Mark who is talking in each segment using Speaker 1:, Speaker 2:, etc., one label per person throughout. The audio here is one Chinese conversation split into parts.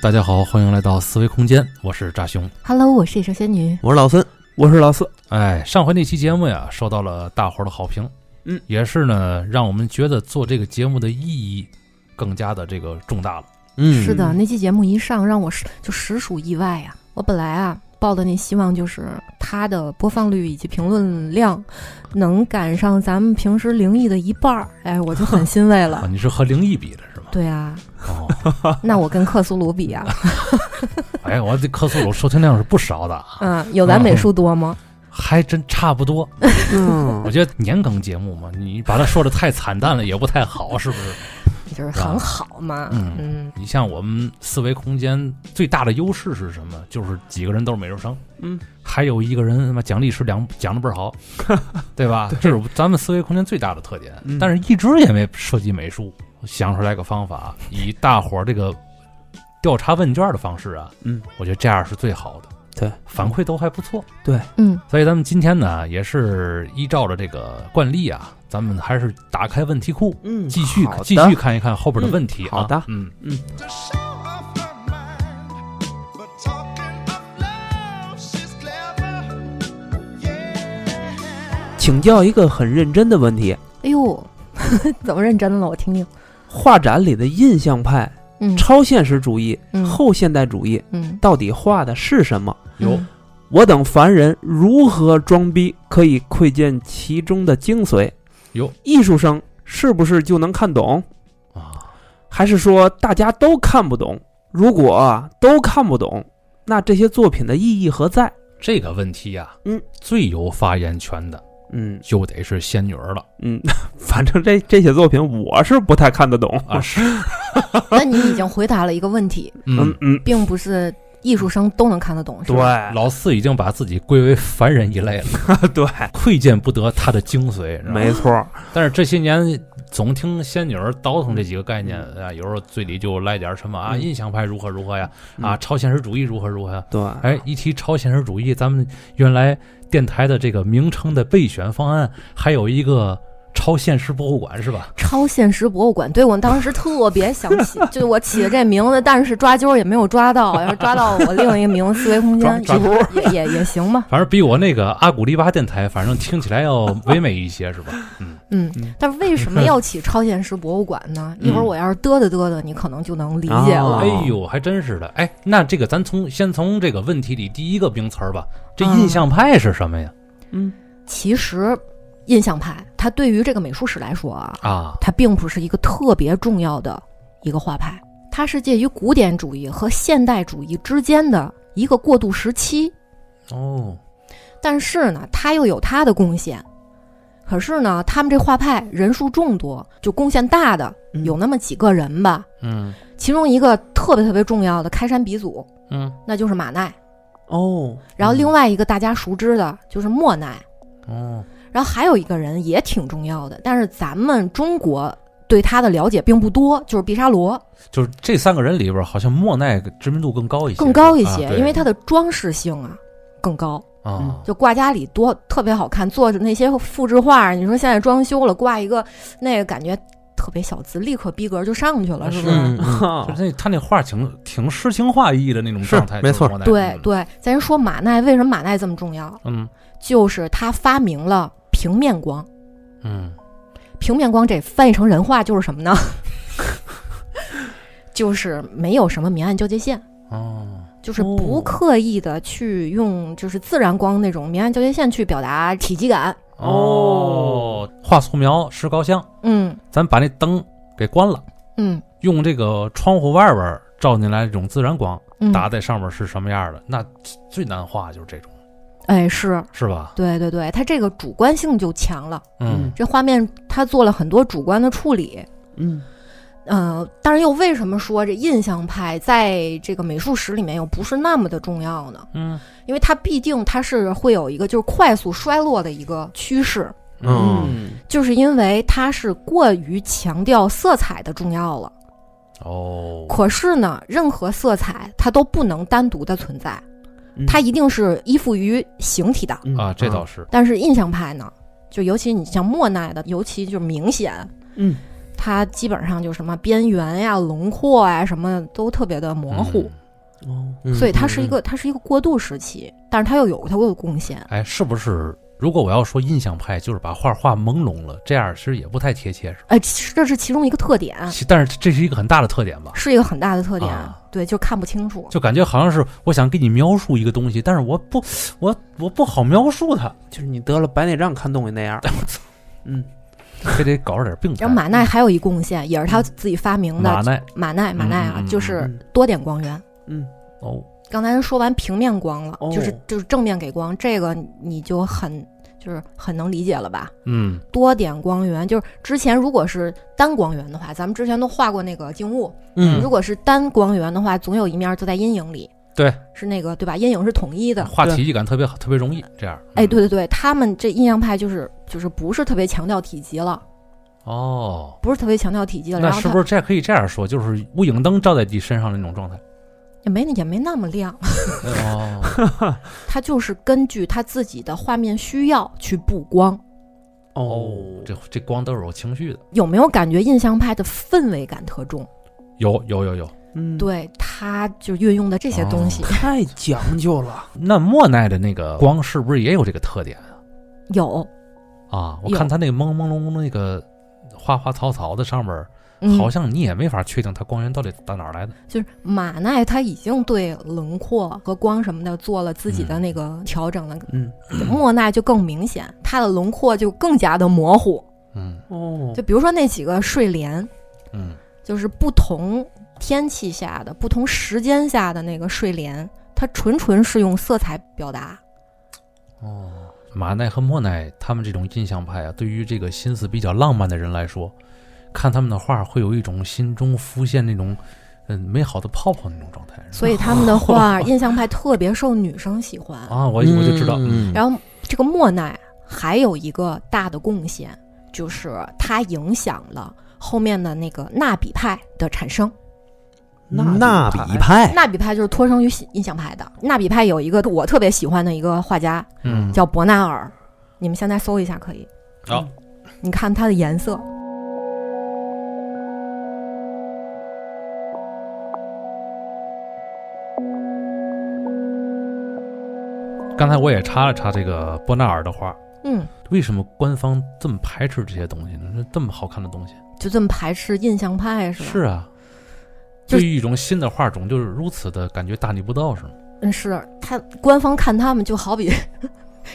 Speaker 1: 大家好，欢迎来到思维空间，我是扎熊。
Speaker 2: Hello，我是野兽仙女。
Speaker 3: 我是老孙，
Speaker 4: 我是老四，
Speaker 1: 哎，上回那期节目呀，受到了大伙儿的好评，
Speaker 4: 嗯，
Speaker 1: 也是呢，让我们觉得做这个节目的意义更加的这个重大了。
Speaker 3: 嗯，
Speaker 2: 是的，那期节目一上，让我实就实属意外呀、我本来啊抱的那希望就是它的播放率以及评论量能赶上咱们平时灵异的一半儿，哎，我就很欣 慰
Speaker 1: 啊，
Speaker 2: 了。
Speaker 1: 你是和灵异比的是吗？
Speaker 2: 对啊，
Speaker 1: 哦，
Speaker 2: 那我跟克苏鲁比啊，
Speaker 1: 哎，我这克苏鲁收听量是不少的，啊，
Speaker 2: 嗯，有咱美术多吗？
Speaker 1: 还真差不多。
Speaker 3: 嗯
Speaker 1: 我，觉得年更节目嘛，你把它说的太惨淡了也不太好，是不是？
Speaker 2: 就是很好嘛，
Speaker 1: 嗯
Speaker 2: 嗯，
Speaker 1: 你像我们思维空间最大的优势是什么？就是几个人都是美术生，
Speaker 4: 嗯，
Speaker 1: 还有一个人他妈讲历史讲讲的倍儿好，对吧？这是咱们思维空间最大的特点，
Speaker 4: 嗯
Speaker 1: 但是一直也没涉及美术，想出来个方法，以大伙儿这个调查问卷的方式啊，
Speaker 4: 嗯，
Speaker 1: 我觉得这样是最好的，
Speaker 3: 对，
Speaker 1: 反馈都还不错，
Speaker 2: 嗯，
Speaker 1: 所以咱们今天呢，也是依照着这个惯例啊，咱们还是打开问题库，
Speaker 3: 嗯
Speaker 1: 继续
Speaker 3: 好的
Speaker 1: 继续看一看后边的
Speaker 3: 嗯
Speaker 1: 问题啊。
Speaker 3: 好的
Speaker 1: 嗯
Speaker 5: to show off her mind. But talking of love, she's clever. Yeah.
Speaker 3: 请教一个很认真的问题：
Speaker 2: 哎呦， 怎么认真了？我听听，
Speaker 3: 画展里的印象派、
Speaker 2: 嗯
Speaker 3: 超现实主义、
Speaker 2: 嗯
Speaker 3: 后现代主义
Speaker 2: 嗯，
Speaker 3: 到底画的是什么？
Speaker 1: 有
Speaker 2: 嗯
Speaker 3: 我等凡人如何装逼可以窥见其中的精髓？
Speaker 1: 哟，
Speaker 3: 艺术生是不是就能看懂？
Speaker 1: 啊，
Speaker 3: 还是说大家都看不懂？如果啊都看不懂，那这些作品的意义何在？
Speaker 1: 这个问题呀、
Speaker 3: 嗯，
Speaker 1: 最有发言权的
Speaker 3: 嗯
Speaker 1: 就得是仙女儿了
Speaker 3: 嗯， 反正这这些作品我是不太看得懂
Speaker 1: 啊，是，
Speaker 2: 那你已经回答了一个问题，
Speaker 3: 嗯
Speaker 1: 嗯，
Speaker 3: 嗯，
Speaker 2: 并不是艺术生都能看得懂，是
Speaker 3: 对
Speaker 2: 吧？
Speaker 1: 老四已经把自己归为凡人一类了，
Speaker 3: 对，
Speaker 1: 窥见不得他的精髓，是吧
Speaker 3: 没错儿，
Speaker 1: 但是这些年总听仙女儿倒腾这几个概念啊，有时候嘴里就来点儿什么啊，
Speaker 3: 嗯
Speaker 1: 印象派如何如何呀，啊，
Speaker 3: 嗯
Speaker 1: 超现实主义如何如何呀。
Speaker 3: 对，
Speaker 1: 哎，一提超现实主义，咱们原来电台的这个名称的备选方案还有一个超现实博物馆是吧？
Speaker 2: 超现实博物馆，对我当时特别想起，就是我起的这名字，但是抓阄也没有抓到，要是抓到我另一个名字思维空间
Speaker 1: 抓抓
Speaker 2: 也也也也行吧，
Speaker 1: 反正比我那个阿古丽巴电台，反正听起来要唯美一些，是吧？ 嗯，
Speaker 2: 嗯
Speaker 3: 嗯。
Speaker 2: 但是为什么要起超现实博物馆呢？一会儿我要是嘚嘚嘚嘚，你可能就能理解
Speaker 3: 哦
Speaker 2: 了。
Speaker 1: 哎呦，还真是的。哎，那这个咱从先从这个问题里第一个名词儿吧，这印象派是什么呀？
Speaker 3: 嗯
Speaker 2: 其实，印象派它对于这个美术史来说啊，
Speaker 1: 啊，
Speaker 2: 它并不是一个特别重要的一个画派，它是介于古典主义和现代主义之间的一个过渡时期。
Speaker 1: 哦，
Speaker 2: 但是呢，他又有他的贡献。可是呢，他们这画派人数众多，就贡献大的
Speaker 3: 嗯
Speaker 2: 有那么几个人吧。
Speaker 1: 嗯
Speaker 2: 其中一个特别特别重要的开山鼻祖，
Speaker 1: 嗯，
Speaker 2: 那就是马奈。
Speaker 3: 哦，
Speaker 2: 然后另外一个大家熟知的就是莫奈。
Speaker 1: 哦，
Speaker 2: 然后还有一个人也挺重要的，但是咱们中国对他的了解并不多，就是毕沙罗
Speaker 1: 就是这三个人里边儿，好像莫奈知名度更高一些，
Speaker 2: 更高一些，
Speaker 1: 啊对
Speaker 2: 因为他的装饰性啊更高。
Speaker 1: 啊，
Speaker 2: 就挂家里多特别好看，做着那些复制画儿，你说现在装修了挂一个那个感觉特别小资，立刻逼格就上去了，是不是？
Speaker 1: 嗯就是那他那画挺挺诗情画意的那种状态，
Speaker 3: 是没错
Speaker 1: 就是莫奈
Speaker 2: 对，对，咱说马奈为什么马奈这么重要？
Speaker 1: 嗯
Speaker 2: 就是他发明了平面光。
Speaker 1: 嗯
Speaker 2: 平面光这翻译成人话就是什么呢？ 就是没有什么明暗交界线，
Speaker 1: 哦，
Speaker 2: 就是不刻意的去用就是自然光那种明暗交界线去表达体积感。
Speaker 1: 哦，画素描石膏像，
Speaker 2: 嗯
Speaker 1: 咱把那灯给关了。
Speaker 2: 嗯
Speaker 1: 用这个窗户外边儿照进来这种自然光
Speaker 2: 嗯，
Speaker 1: 打在上面是什么样的？那最难画就是这种，
Speaker 2: 哎是，
Speaker 1: 是吧？
Speaker 2: 对对对，它这个主观性就强了。
Speaker 1: 嗯
Speaker 2: 这画面它做了很多主观的处理，
Speaker 3: 嗯
Speaker 2: 呃，但是又为什么说这印象派在这个美术史里面又不是那么的重要呢？
Speaker 1: 嗯
Speaker 2: 因为它毕竟它是会有一个就是快速衰落的一个趋势，
Speaker 1: 嗯
Speaker 2: 就是因为它是过于强调色彩的重要了。
Speaker 1: 哦，
Speaker 2: 可是呢，任何色彩它都不能单独的存在，
Speaker 3: 嗯
Speaker 2: 它一定是依附于形体的。
Speaker 3: 嗯
Speaker 1: 啊，这倒是
Speaker 2: 但是印象派呢，就尤其你像莫奈的，尤其就是明显，
Speaker 3: 嗯，
Speaker 2: 它基本上就什么边缘呀、轮廓呀什么都特别的模糊，
Speaker 1: 嗯
Speaker 3: 哦，
Speaker 2: 所以它是一个它是一个过渡时期，但是它又有它的贡献。
Speaker 1: 哎，是不是？如果我要说印象派，就是把画画朦胧了，这样其实也不太贴切，是吧？
Speaker 2: 哎，其实这是其中一个特点，
Speaker 1: 其但是这是一个很大的特点吧？
Speaker 2: 是一个很大的特点，
Speaker 1: 啊嗯
Speaker 2: 对，就看不清楚。
Speaker 1: 就感觉好像是我想给你描述一个东西，但是我不，我我不好描述它，
Speaker 3: 就是你得了白内障看东西那样。嗯，
Speaker 1: 非得搞点病态
Speaker 2: 然后。马奈还有一贡献，也是他自己发明的。
Speaker 1: 马奈
Speaker 2: 马奈，马奈啊，
Speaker 1: 嗯嗯嗯
Speaker 2: 就是
Speaker 3: 嗯
Speaker 2: 多点光源。
Speaker 3: 嗯，
Speaker 1: 哦，
Speaker 2: 刚才说完平面光了，
Speaker 3: 哦
Speaker 2: 就是就是正面给光，这个你就很就是很能理解了吧？
Speaker 1: 嗯
Speaker 2: 多点光源就是之前如果是单光源的话，咱们之前都画过那个静物，如
Speaker 1: 嗯，
Speaker 2: 果是单光源的话，总有一面就在阴影里，
Speaker 1: 对，嗯
Speaker 2: 是那个对吧？阴影是统一的。
Speaker 1: 画体积感特别好，特别容易这样。
Speaker 2: 哎，
Speaker 1: 嗯
Speaker 2: 对对对，他们这印象派就是就是不是特别强调体积了，
Speaker 1: 哦，
Speaker 2: 不是特别强调体积了，
Speaker 1: 那
Speaker 2: 然后
Speaker 1: 是
Speaker 2: 他
Speaker 1: 不是这可以这样说，就是无影灯照在你身上那种状态？
Speaker 2: 也没也没那么亮，
Speaker 1: 哦，
Speaker 2: 他就是根据他自己的画面需要去布光。
Speaker 1: 哦，这这光都是有情绪的，
Speaker 2: 有没有感觉印象派的氛围感特重？
Speaker 1: 有有有有。
Speaker 3: 嗯，，
Speaker 2: 对，他就运用的这些东西、
Speaker 1: 哦
Speaker 3: 太讲 究了。
Speaker 1: 那莫奈的那个光是不是也有这个特点
Speaker 2: 有，
Speaker 1: 啊？我
Speaker 2: 有
Speaker 1: 看他那个朦朦胧胧那个花花草草的上面儿，
Speaker 2: 嗯、
Speaker 1: 好像你也没法确定它光源到底打哪儿来的。
Speaker 2: 就是马奈他已经对轮廓和光什么的做了
Speaker 1: 嗯
Speaker 2: 自己的那个调整了，
Speaker 3: 嗯，
Speaker 2: 莫奈就更明显，他的轮廓就更加的模糊。
Speaker 1: 嗯
Speaker 3: 哦
Speaker 2: 就，比如说那几个睡莲，
Speaker 1: 嗯，
Speaker 2: 就是不同天气下的、不同时间下的那个睡莲，它纯纯是用色彩表达。
Speaker 1: 哦，马奈和莫奈他们这种印象派啊，对于这个心思比较浪漫的人来说，看他们的画会有一种心中浮现那种嗯美好的泡泡那种状态。是吧
Speaker 2: 所以他们的画，印象派特别受女生喜欢。
Speaker 1: 啊，我我就知道，嗯
Speaker 3: 嗯
Speaker 2: 然后这个莫奈还有一个大的贡献，就是他影响了后面的那个纳比派的产生。
Speaker 4: 那比派，
Speaker 2: 纳比派就是脱生于印象派的。纳比派有一个我特别喜欢的一个画家
Speaker 1: 嗯，
Speaker 2: 叫伯纳尔，你们现在搜一下可以。嗯
Speaker 1: 好
Speaker 2: 你看它的颜色，
Speaker 1: 刚才我也查了查这个波纳尔的画，
Speaker 2: 嗯，
Speaker 1: 为什么官方这么排斥这些东西呢？这这么好看的东西，
Speaker 2: 就这么排斥印象派是吧？
Speaker 1: 是啊，
Speaker 2: 就
Speaker 1: 对
Speaker 2: 是
Speaker 1: 于一种新的画种，就是如此的感觉大逆不道，是吗？
Speaker 2: 嗯，是他官方看他们就好比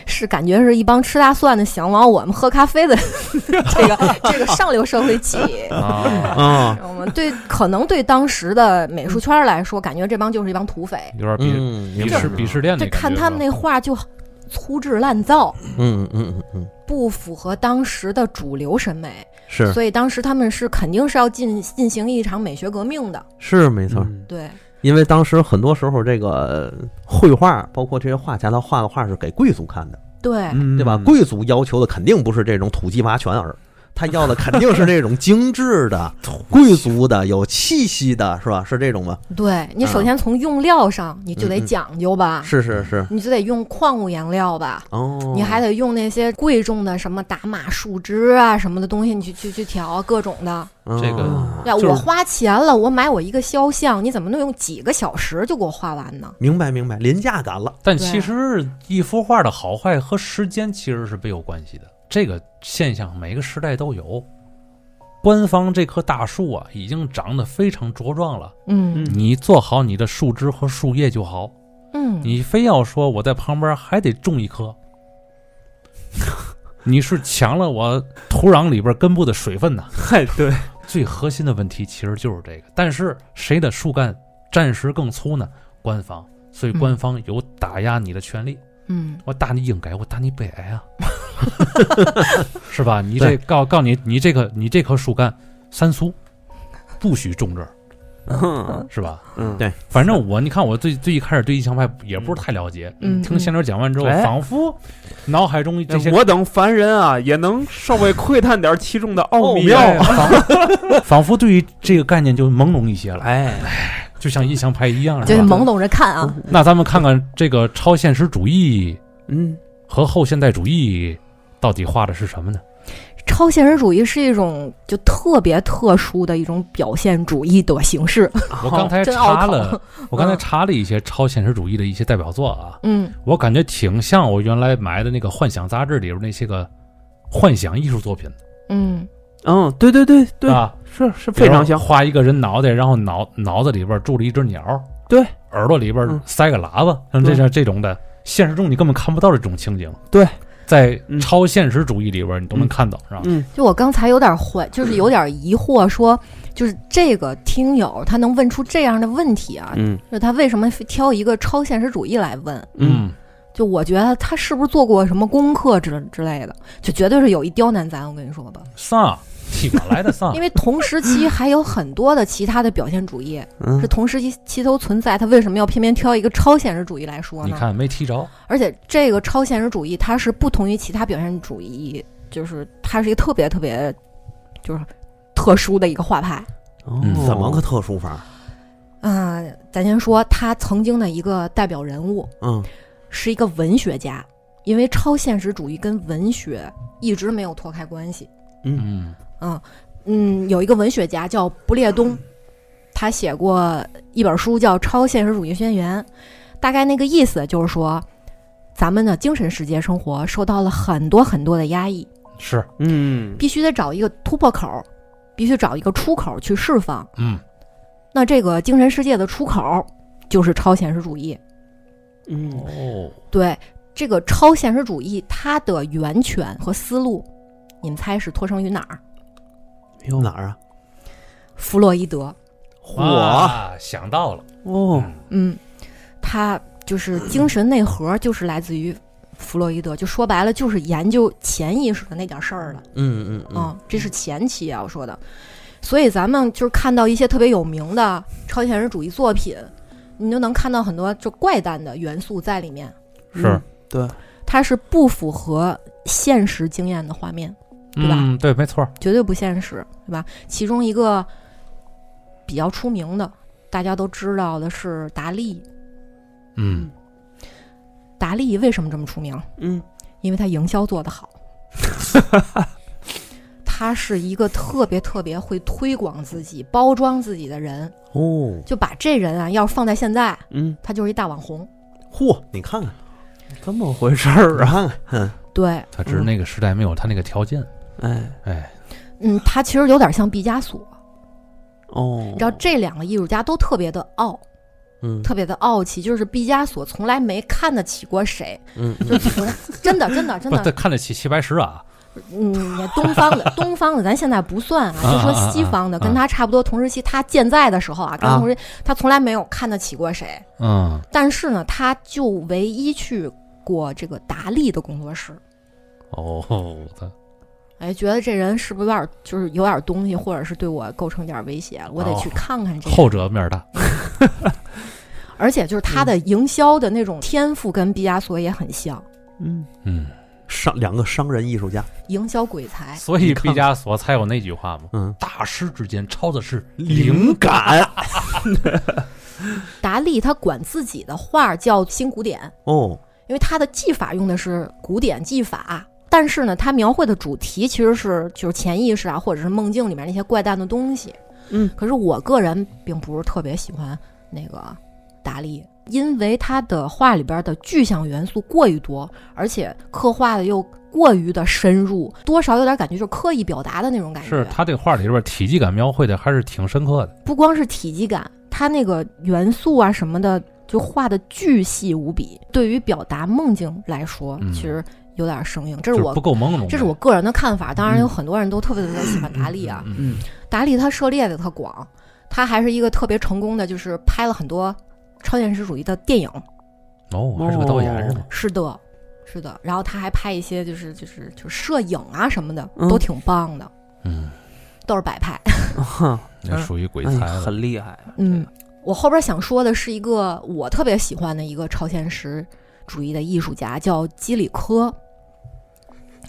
Speaker 2: 是感觉是一帮吃大蒜的想往我们喝咖啡的 这个这个上流社会起。
Speaker 1: 啊，
Speaker 3: 啊，
Speaker 2: 我们对可能对当时的美术圈来说，感觉这帮就是一帮土匪，
Speaker 1: 有点鄙
Speaker 4: 嗯，
Speaker 1: 鄙视鄙视链
Speaker 2: 就
Speaker 1: 的感觉。
Speaker 2: 看他们那画就粗制滥造，
Speaker 4: 嗯嗯嗯嗯，
Speaker 2: 不符合当时的主流审美，
Speaker 4: 是
Speaker 2: 所以当时他们是肯定是要进进行一场美学革命的。
Speaker 4: 是没
Speaker 3: 没
Speaker 4: 错，
Speaker 1: 嗯
Speaker 2: 对，
Speaker 4: 因为当时很多时候这个绘画，包括这些画家，他画的画是给贵族看的，
Speaker 2: 对，
Speaker 4: 对
Speaker 3: 对
Speaker 4: 吧？贵族要求的肯定不是这种土鸡娃犬儿。他要的肯定是这种精致的、贵族的、有气息的，是吧？是这种吗？
Speaker 2: 对你首
Speaker 4: 嗯
Speaker 2: 先从用料上你就得
Speaker 4: 嗯嗯
Speaker 2: 讲究吧，
Speaker 4: 是是是，
Speaker 2: 你就得用矿物原料吧，
Speaker 4: 哦，
Speaker 2: 啊你还得用那些贵重的什么打码树枝啊什么的东西，你去去去调各种的。
Speaker 4: 哦
Speaker 1: 这个
Speaker 2: 对吧，
Speaker 1: 就是
Speaker 2: 我花钱了，我买我一个肖像，你怎么能用几个小时就给我画完呢？
Speaker 4: 明白明白，廉价感了。
Speaker 1: 但
Speaker 2: 对
Speaker 1: 其实一幅画的好坏和时间其实是没有关系的，这个现象每个时代都有。官方这棵大树啊，已经长得非常茁壮了。
Speaker 2: 嗯
Speaker 3: 嗯
Speaker 1: 你做好你的树枝和树叶就好，
Speaker 2: 嗯，
Speaker 1: 你非要说我在旁边还得种一棵， 你是抢了我土壤里边根部的水分呐。
Speaker 3: 嗨， 对，
Speaker 1: 最核心的问题其实就是这个，但是谁的树干暂时更粗呢？官方，所以官方有打压你的权利。
Speaker 2: 嗯
Speaker 1: 我打你应该，我打你悲哀 啊，是吧？你这告告你，你这个你这棵树干三苏，不许种这儿，
Speaker 3: 嗯
Speaker 1: 是吧？
Speaker 3: 嗯，
Speaker 4: 对
Speaker 1: 反正我你看我最最一开始对印象派也不是太了解，
Speaker 2: 嗯，
Speaker 1: 听仙
Speaker 2: 嗯哎
Speaker 1: 女讲完之后，
Speaker 3: 哎
Speaker 1: 仿佛脑海中这些
Speaker 3: 我等凡人啊，也能稍微窥探点其中的奥啊
Speaker 1: 哎
Speaker 3: 妙。
Speaker 1: 仿仿佛 对于这个概念就朦胧一些了，
Speaker 3: 哎，
Speaker 1: 就像印象派一样，
Speaker 2: 就是
Speaker 4: 嗯
Speaker 1: 吧？
Speaker 2: 懵懂着看啊，
Speaker 1: 那咱们看看这个超现实主义
Speaker 3: 嗯，
Speaker 1: 和后现代主义到底画的是什么呢？
Speaker 2: 超现实主义是一种就特别特殊的一种表现主义的形式。
Speaker 1: 我刚才
Speaker 2: 哦真拗
Speaker 1: 查
Speaker 2: 口
Speaker 1: 了，我刚才
Speaker 2: 嗯
Speaker 1: 查了一些超现实主义的一些代表作啊，
Speaker 2: 嗯
Speaker 1: 我感觉挺像我原来买的那个幻想杂志里边那些个幻想艺术作品的，
Speaker 2: 嗯
Speaker 3: 嗯，对对对对，
Speaker 1: 啊，
Speaker 3: 是是非
Speaker 1: 比
Speaker 3: 常
Speaker 1: 如
Speaker 3: 像，
Speaker 1: 画一个人脑袋，然后脑脑子里边住了一只鸟，
Speaker 3: 对，
Speaker 1: 耳朵里边
Speaker 3: 嗯
Speaker 1: 塞个喇叭，像这
Speaker 3: 对
Speaker 1: 像这种的，现实中你根本看不到这种情景。
Speaker 3: 对，
Speaker 1: 在
Speaker 3: 嗯
Speaker 1: 超现实主义里边你都能看到，是吧？
Speaker 3: 嗯，
Speaker 2: 就我刚才有点怀，就是有点疑惑说，就是这个听友他能问出这样的问题啊，
Speaker 3: 嗯
Speaker 2: 就是他为什么非挑一个超现实主义来问？
Speaker 3: 嗯，
Speaker 2: 就我觉得他是不是做过什么功课之之类的，就绝对是有意刁难咱。我跟你说吧，
Speaker 1: 丧替我来的丧
Speaker 2: 因，为同时期还有很多的其他的表现主义
Speaker 4: 嗯
Speaker 2: 是，同时期期都存在，他为什么要偏偏挑一个超现实主义来说
Speaker 1: 你
Speaker 2: 呢？
Speaker 1: 看没踢着，
Speaker 2: 而且这个超现实主义它是不同于其他表现主义，就是它是一个特别特别就是特殊的一个画派。
Speaker 3: 哦
Speaker 1: 嗯
Speaker 4: 怎么个特殊法？
Speaker 2: 嗯、咱先说他曾经的一个代表人物
Speaker 4: 嗯
Speaker 2: 是一个文学家，因为超现实主义跟文学一直没有脱开关系。
Speaker 4: 嗯
Speaker 1: 嗯
Speaker 2: 嗯嗯，有一个文学家叫不列东，他写过一本书叫《超现实主义宣言》，大概那个意思就是说，咱们的精神世界生活受到了很多很多的压抑，
Speaker 1: 是，
Speaker 3: 嗯
Speaker 2: 必须得找一个突破口，必须找一个出口去释放。
Speaker 1: 嗯
Speaker 2: 那这个精神世界的出口就是超现实主义。
Speaker 3: 嗯
Speaker 1: 哦，
Speaker 2: 对这个超现实主义，它的源泉和思路，你们猜是脱生于哪儿？
Speaker 4: 有哪儿啊？
Speaker 2: 弗洛伊德。
Speaker 4: 嚯
Speaker 1: 哇，啊想到了，
Speaker 4: 哦，
Speaker 2: 嗯，他就是精神内核，就是来自于 弗洛伊德，就说白了就是研究潜意识的那点事儿了。
Speaker 4: 嗯嗯嗯，
Speaker 2: 嗯，这是前期啊，我说的。所以咱们就是看到一些特别有名的超现实主义作品，你就能看到很多就怪诞的元素在里面，
Speaker 3: 嗯
Speaker 1: 是，
Speaker 2: 它是不符合现实经验的画面，对吧
Speaker 1: 嗯，对，没错，
Speaker 2: 绝对不现实，对吧？其中一个比较出名的，大家都知道的是达利。
Speaker 1: 嗯，
Speaker 2: 达利为什么这么出名？
Speaker 3: 嗯
Speaker 2: 因为他营销做得好。他是一个特别特别会推广自己、包装自己的人，
Speaker 4: 哦，
Speaker 2: 就把这人啊，要是放在现在，
Speaker 3: 嗯，
Speaker 2: 他就是一大网红。
Speaker 4: 嚯，你看看，
Speaker 3: 这么回事儿
Speaker 4: 我
Speaker 3: 啊，
Speaker 4: 看看，嗯，
Speaker 2: 对，
Speaker 1: 他只是那个时代没有他那个条件，
Speaker 3: 哎
Speaker 1: 哎，
Speaker 2: 嗯，他其实有点像毕加索。
Speaker 3: 哦
Speaker 2: 你知道，这两个艺术家都特别的傲，
Speaker 4: 嗯
Speaker 2: 特别的傲气，就是毕加索从来没看得起过谁，
Speaker 4: 嗯，
Speaker 2: 就从真的真的真
Speaker 1: 不，他
Speaker 2: 的，
Speaker 1: 看得起齐白石啊，
Speaker 2: 嗯，东方的 东方的咱现在不算啊，
Speaker 1: 啊
Speaker 2: 就说
Speaker 1: 啊啊
Speaker 2: 西方的
Speaker 1: 啊
Speaker 2: 跟他差不多同时期，他健在的时候啊，跟他同时他从来没有看得起过谁。
Speaker 1: 嗯，
Speaker 2: 但是呢，他就唯一去过这个达利的工作室，
Speaker 1: 哦，我操
Speaker 2: 哎，觉得这人是不是有点就是有点东西，或者是对我构成点威胁了，我得去看看这个。
Speaker 1: 后者面儿大，
Speaker 2: 而且就是他的营销的那种天赋跟毕加索也很像，
Speaker 3: 嗯
Speaker 1: 嗯。
Speaker 4: 商两个商人艺术家，
Speaker 2: 营销鬼才。
Speaker 1: 所以毕加索才有那句话嘛，
Speaker 4: 嗯，
Speaker 1: 大师之间抄的是
Speaker 4: 灵
Speaker 1: 灵感。
Speaker 4: 感
Speaker 2: 达利他管自己的画叫新古典，
Speaker 4: 哦，
Speaker 2: 因为他的技法用的是古典技法。但是呢，他描绘的主题其实是就是潜意识啊，或者是梦境里面那些怪诞的东西。
Speaker 3: 嗯，
Speaker 2: 可是我个人并不是特别喜欢那个达利，因为他的画里边的具象元素过于多，而且刻画的又过于的深入，多少有点感觉就是刻意表达的那种感觉。
Speaker 1: 是他这画里边体积感描绘的还是挺深刻的，
Speaker 2: 不光是体积感，它那个元素啊什么的，就画的巨细无比。对于表达梦境来说，
Speaker 1: 嗯
Speaker 2: 其实有点生硬，这
Speaker 1: 就是是
Speaker 2: 我
Speaker 1: 不够朦胧的。
Speaker 2: 这是我个人的看法。当然，有很多人都特别特别喜欢达利啊，
Speaker 1: 嗯，
Speaker 3: 嗯
Speaker 2: 达利他涉猎的特广，他还是一个特别成功的，就是拍了很多超现实主义的电影。
Speaker 1: 哦，还是个导演是吗？
Speaker 2: 是的，是的。然后他还拍一些就是就是就是摄影啊什么的，
Speaker 3: 嗯
Speaker 2: 都挺棒的，
Speaker 1: 嗯，
Speaker 2: 都是摆拍。
Speaker 3: 啊
Speaker 1: 那属于鬼才
Speaker 3: 哎
Speaker 1: 了。
Speaker 3: 很厉害，
Speaker 2: 嗯，我后边想说的是一个我特别喜欢的一个超现实主义的艺术家，叫基里科。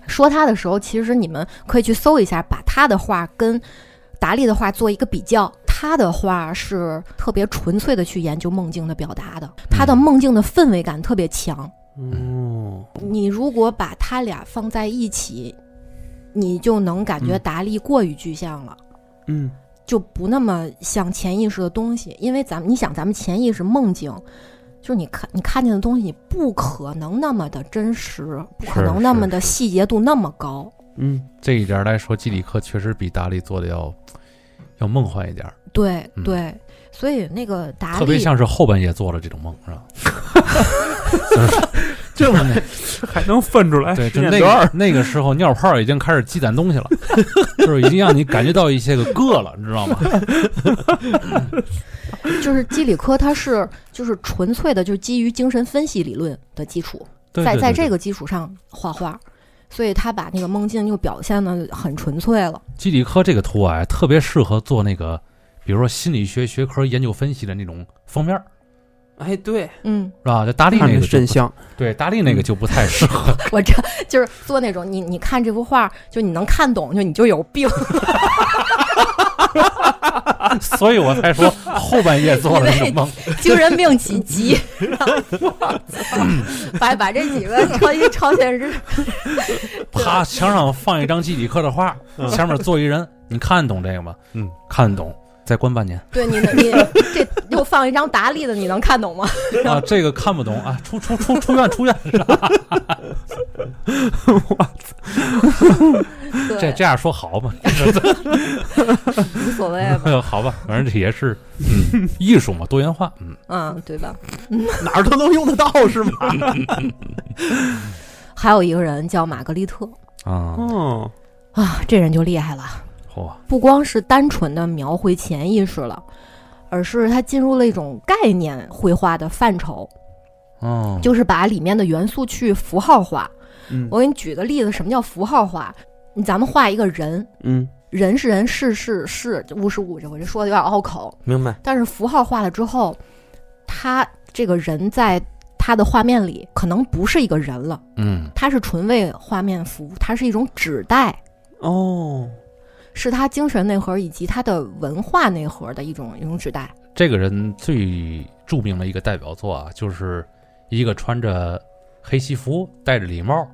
Speaker 2: 说他的时候，其实你们可以去搜一下，把他的画跟达利的画做一个比较。他的画是特别纯粹的去研究梦境的表达的，他的梦境的氛围感特别强。
Speaker 1: 嗯
Speaker 3: 哦，
Speaker 2: 你如果把他俩放在一起，你就能感觉
Speaker 3: 嗯
Speaker 2: 达利过于具象了。
Speaker 3: 嗯
Speaker 2: 就不那么想潜意识的东西，因为咱们你想，咱们潜意识梦境，就是你看你看见的东西，你不可能那么的真实，不可
Speaker 1: 是
Speaker 2: 能那么的细节度那么高。
Speaker 3: 嗯
Speaker 1: 这一点来说，基里克确实比达利做的要要梦幻一点儿，
Speaker 2: 对
Speaker 1: 嗯
Speaker 2: 对，所以那个达
Speaker 1: 特别
Speaker 2: 利，
Speaker 1: 像是后半夜做了这种梦，是吧？
Speaker 4: 这
Speaker 3: 这
Speaker 4: 么
Speaker 3: 哎还能分出来
Speaker 1: 对，
Speaker 3: 实
Speaker 1: 就
Speaker 3: 验
Speaker 1: 那
Speaker 3: 多少
Speaker 1: 个那个时候，尿泡已经开始积攒东西了，就是已经让你感觉到一些个硌了，你知道 吗？
Speaker 2: 就是基里科，他是就是纯粹的，就是基于精神分析理论的基础，
Speaker 1: 对
Speaker 2: 在在这
Speaker 1: 个
Speaker 2: 个基础上画画，所以他把那个梦境又表现的很纯粹了。
Speaker 1: 基里科这个图啊，特别适合做那个，比如说心理学学科研究分析的那种封面儿，
Speaker 3: 哎，对，
Speaker 2: 嗯，
Speaker 1: 是吧？这达利
Speaker 3: 看
Speaker 1: 那
Speaker 3: 着
Speaker 1: 个就
Speaker 3: 真香，
Speaker 1: 对达利那个就不太适合，
Speaker 2: 我这 就是做那种你你看这幅画，就你能看懂，就你就有病。
Speaker 1: 所以我才说后半夜做了这种梦。
Speaker 2: 精神病几级，嗯把把这几个超级超现实，
Speaker 1: 啪，墙上放一张基里克的画，前面坐一人，你看懂这个吗？
Speaker 4: 嗯，
Speaker 1: 看懂，再关半年
Speaker 2: 对你能你这又放一张达利的，你能看懂吗？
Speaker 1: 啊，这个看不懂啊，出出出出院出院，这
Speaker 2: 对，
Speaker 1: 这样说好吗？
Speaker 2: 无所谓 吧，
Speaker 1: 好吧，反正这也是、嗯、艺术嘛，多元化。嗯，
Speaker 2: 嗯，对吧？
Speaker 4: 哪儿都能用得到是吗？
Speaker 2: 还有一个人叫玛格丽特
Speaker 1: 啊，
Speaker 3: 哦，
Speaker 2: 啊，这人就厉害了，
Speaker 1: 嚯，
Speaker 2: 不光是单纯的描绘潜意识了。而是他进入了一种概念绘画的范畴，
Speaker 1: 嗯，
Speaker 2: 就是把里面的元素去符号化。
Speaker 3: 嗯
Speaker 2: 我给你举个例子，什么叫符号化？你咱们画一个人，
Speaker 3: 嗯
Speaker 2: 人是人，事是事，五十五，我这说的有点拗口。
Speaker 4: 明白，
Speaker 2: 但是符号化了之后，他这个人在他的画面里可能不是一个人了，
Speaker 1: 嗯，
Speaker 2: 他是纯为画面服务，它是一种指代，
Speaker 3: 哦，
Speaker 2: 是他精神内核以及他的文化内核的一种一种指代。
Speaker 1: 这个人最著名的一个代表作啊，就是一个穿着黑西服、戴着礼帽，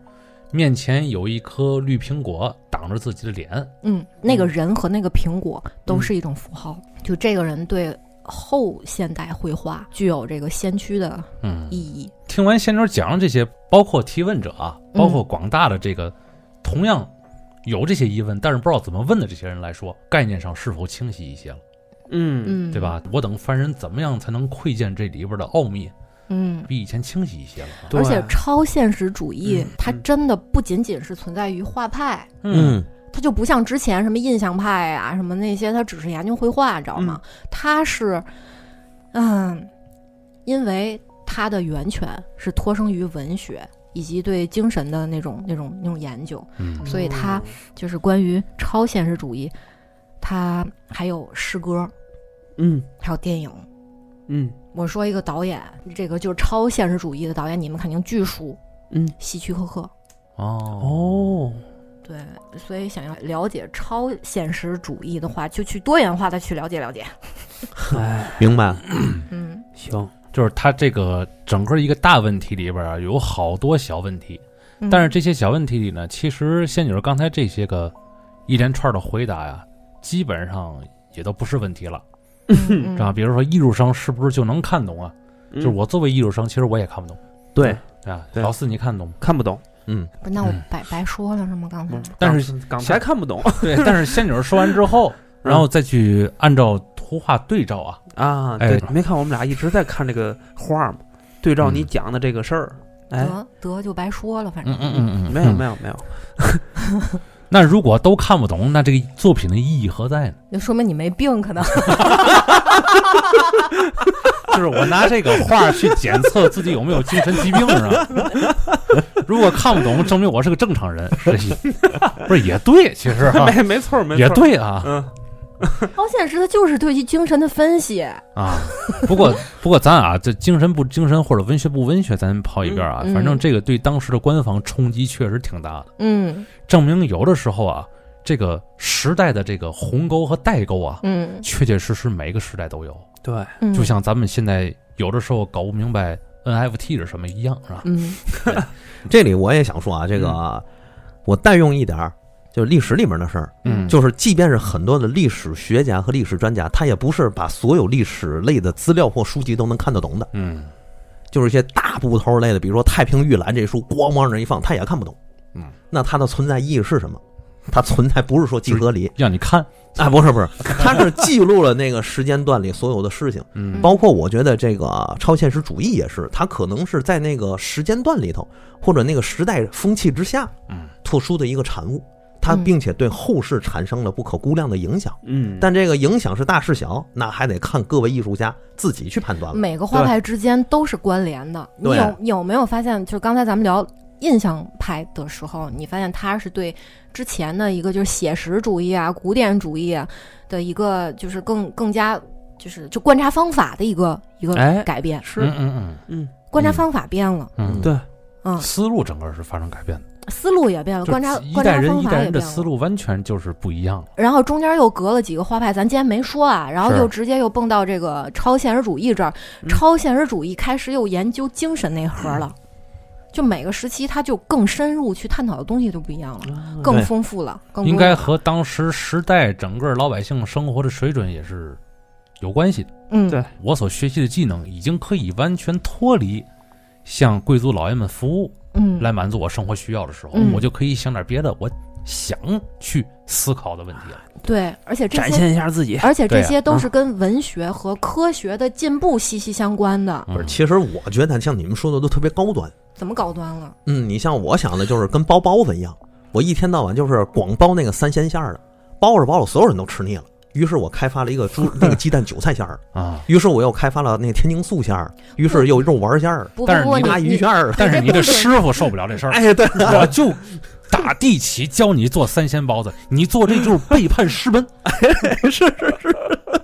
Speaker 1: 面前有一颗绿苹果挡着自己的脸。
Speaker 2: 嗯，那个人和那个苹果都是一种符号，就这个人对后现代绘画具有这个先驱的
Speaker 1: 嗯
Speaker 2: 意，义。
Speaker 1: 听完仙妞讲的这些，包括提问者啊，
Speaker 2: 嗯
Speaker 1: 包括广大的这个、同样有这些疑问，但是不知道怎么问的这些人来说，概念上是否清晰一些了，
Speaker 3: 嗯
Speaker 2: 嗯，
Speaker 1: 对？吧？我等凡人怎么样才能窥见这里边的奥秘，
Speaker 2: 嗯，
Speaker 1: 比以前清晰一些了啊？
Speaker 3: 对
Speaker 2: 而且超现实主义、
Speaker 3: 嗯
Speaker 2: 它
Speaker 3: 嗯
Speaker 2: 真的不仅仅是存在于画派，
Speaker 1: 嗯，
Speaker 2: 它就不像之前什么印象派啊、什么那些，它只是研究绘画，知道吗？它是，嗯，因为它的源泉是脱生于文学以及对精神的那种、那种、那种研究，
Speaker 1: 嗯
Speaker 2: 所以
Speaker 3: 哦
Speaker 2: 它就是关于超现实主义，它还有诗歌，
Speaker 3: 嗯
Speaker 2: 还有电影。
Speaker 3: 嗯
Speaker 2: 我说一个导演，这个就是超现实主义的导演，你们肯定巨熟，
Speaker 3: 嗯，
Speaker 2: 希区柯克。
Speaker 1: 哦
Speaker 3: 哦，
Speaker 2: 对，所以想要了解超现实主义的话，就去多元化的去了解了解。
Speaker 3: 哎，
Speaker 4: 明白了。
Speaker 2: 嗯，
Speaker 3: 行，
Speaker 1: 就是它这个整个一个大问题里边啊，有好多小问题，
Speaker 2: 嗯
Speaker 1: 但是这些小问题里呢，其实仙女刚才这些个一连串的回答呀，基本上也都不是问题了。
Speaker 2: 嗯
Speaker 1: 啊，比如说艺术生是不是就能看懂啊？ 就是我作为艺术生，其实我也看不懂
Speaker 3: 对
Speaker 1: 啊。
Speaker 3: 对
Speaker 1: 老四，你看懂吗？
Speaker 3: 看不懂，
Speaker 4: 嗯，
Speaker 2: 不，那我
Speaker 1: 嗯
Speaker 2: 白白说了是吗？刚才
Speaker 1: 但是
Speaker 3: 港台看 不懂
Speaker 1: 对，嗯但是仙女说完之后，然后再去按照图画对照啊，
Speaker 3: 啊，
Speaker 1: 哎
Speaker 3: 对，没看我们俩一直在看这个画吗？对照你讲的这个事儿，哎，
Speaker 2: 得得就白说了，反正
Speaker 1: 嗯嗯嗯嗯，
Speaker 3: 没有
Speaker 1: 嗯
Speaker 3: 没。有没有，
Speaker 1: 那如果都看不懂，那这个作品的意义何在呢？啊
Speaker 2: 就说明你没病，可能
Speaker 1: 就是我拿这个画去检测自己有没有精神疾病，是吧？ 如果看不懂，证明我是个正常人，是不是也对？其实哈、
Speaker 3: 没没错
Speaker 1: 嗯
Speaker 3: 没错，
Speaker 1: 啊也，对啊
Speaker 3: 嗯
Speaker 2: 超现实它就是对于精神的分析。
Speaker 3: 嗯
Speaker 1: 啊。不过不过，咱啊，这精神不精神或者文学不文学，咱抛一边啊。
Speaker 2: 嗯嗯
Speaker 1: 反正这个对当时的官方冲击确实挺大的，
Speaker 2: 嗯
Speaker 1: 证明有的时候啊，这个时代的这个鸿沟和代沟啊，
Speaker 2: 嗯
Speaker 1: 确确实实每个时代都有。
Speaker 3: 对，
Speaker 2: 嗯，
Speaker 1: 就像咱们现在有的时候搞不明白 NFT 是什么一样，是吧？
Speaker 2: 嗯
Speaker 4: 这里我也想说啊，这个我代用一点儿就是历史里面的事儿。
Speaker 1: 嗯，
Speaker 4: 就是即便是很多的历史学家和历史专家，他也不是把所有历史类的资料或书籍都能看得懂的。
Speaker 1: 嗯
Speaker 4: 就是一些大部头类的，比如说《太平御览》这书，咣往那一放，他也看不懂。
Speaker 1: 嗯，
Speaker 4: 那它的存在意义是什么？它存在不是说集合里，
Speaker 1: 让你看，
Speaker 4: 啊，不是不是，它是记录了那个时间段里所有的事情，
Speaker 1: 嗯
Speaker 4: 包括我觉得这个啊超现实主义也是，它可能是在那个时间段里头或者那个时代风气之下
Speaker 1: 嗯
Speaker 4: 特殊的一个产物，它
Speaker 2: 嗯
Speaker 4: 并且对后世产生了不可估量的影响。
Speaker 3: 嗯，
Speaker 4: 但这个影响是大是小，那还得看各位艺术家自己去
Speaker 1: 啊
Speaker 4: 判断了。
Speaker 2: 每个画派之间都是关联的。你
Speaker 4: 对
Speaker 2: 有有没有发现，就是刚才咱们聊印象派的时候，你发现它是对之前的一个就是写实主义啊、古典主义啊的一个就是更更加就是就观察方法的一个一个
Speaker 3: 哎
Speaker 2: 改变，
Speaker 3: 是
Speaker 1: 嗯嗯
Speaker 3: 嗯
Speaker 2: 观察方法变了，
Speaker 1: 嗯嗯，
Speaker 3: 对，
Speaker 2: 嗯，
Speaker 1: 思路整个是发生改变的，
Speaker 2: 思路也变了，
Speaker 1: 就
Speaker 2: 观察
Speaker 1: 是一
Speaker 2: 观
Speaker 1: 代
Speaker 2: 察
Speaker 1: 人
Speaker 2: 方
Speaker 1: 一
Speaker 2: 法
Speaker 1: 代
Speaker 2: 也
Speaker 1: 人的
Speaker 2: 变了
Speaker 1: 思。路完全就是不一样了，
Speaker 2: 然后中间又隔了几个画派，咱今天没说啊，然后
Speaker 1: 是
Speaker 2: 又直接又蹦到这个超现实主义这儿，
Speaker 3: 嗯
Speaker 2: 超现实主义开始又研究精神内核
Speaker 1: 嗯
Speaker 2: 了，就每个时期它就更深入去探讨的东西就不一样了，更
Speaker 4: 对
Speaker 2: 丰富了，更
Speaker 1: 嗯
Speaker 2: 多
Speaker 1: 应该和当时时代整个老百姓生活的水准也是有关系的。
Speaker 2: 嗯
Speaker 3: 对
Speaker 1: 我所学习的技能已经可以完全脱离向贵族老爷们服务
Speaker 2: 嗯
Speaker 1: 来满足我生活需要的时候，
Speaker 2: 嗯
Speaker 1: 我就可以想点别的，我想去思考的问题了。
Speaker 2: 对，而且这
Speaker 3: 展
Speaker 2: 些
Speaker 3: 现一下自己，
Speaker 2: 而且这
Speaker 1: 对啊
Speaker 2: 些都是跟文学和科学的进步息息相关的，
Speaker 4: 不是，
Speaker 1: 嗯
Speaker 4: 其实我觉得像你们说的都特别高端。
Speaker 2: 怎么高端了？
Speaker 4: 嗯，你像我想的就是跟包包子一样，我一天到晚就是光包那个三鲜馅儿的，包着包着所有人都吃腻了。于是我开发了一个 猪那个鸡蛋韭菜馅儿，
Speaker 1: 啊，
Speaker 4: 于是我又开发了那个天津素馅儿，于是又肉丸馅儿、
Speaker 2: 不不
Speaker 1: 但是
Speaker 2: 不，
Speaker 1: 你
Speaker 4: 麻
Speaker 2: 你
Speaker 4: 鱼馅儿。
Speaker 1: 但是你的
Speaker 2: 这不是
Speaker 1: 师傅受不了这事儿，
Speaker 4: 哎，对，
Speaker 1: 我就打地起教你做三鲜包子，你做这就是背叛师门。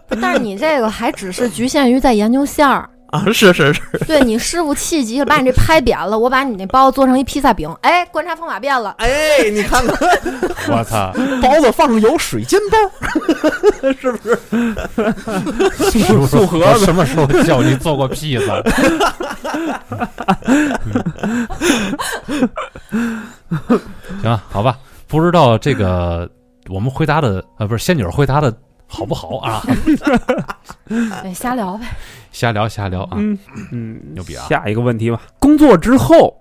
Speaker 2: 不但是你这个还只是局限于在研究馅儿，
Speaker 4: 啊，是是是，
Speaker 2: 对你师傅气急了，把你这拍扁了，我把你那包做成一披萨饼，哎，观察方法变了，
Speaker 4: 哎，你看看
Speaker 1: 我操，
Speaker 4: 包子放上有水煎包，是不是？
Speaker 1: 素素盒什么时候教你做过披 萨？嗯行啊，好吧，不知道这个我们回答的呃，不是仙女儿回答的好不好啊？
Speaker 2: 对，瞎聊呗。
Speaker 1: 瞎聊瞎聊啊！
Speaker 3: 嗯嗯，
Speaker 1: 牛逼啊
Speaker 3: 下一个问题吧，工作之后，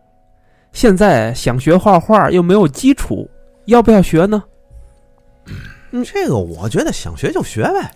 Speaker 3: 现在想学画画又没有基础，要不要学呢？
Speaker 4: 嗯这个我觉得想学就学呗，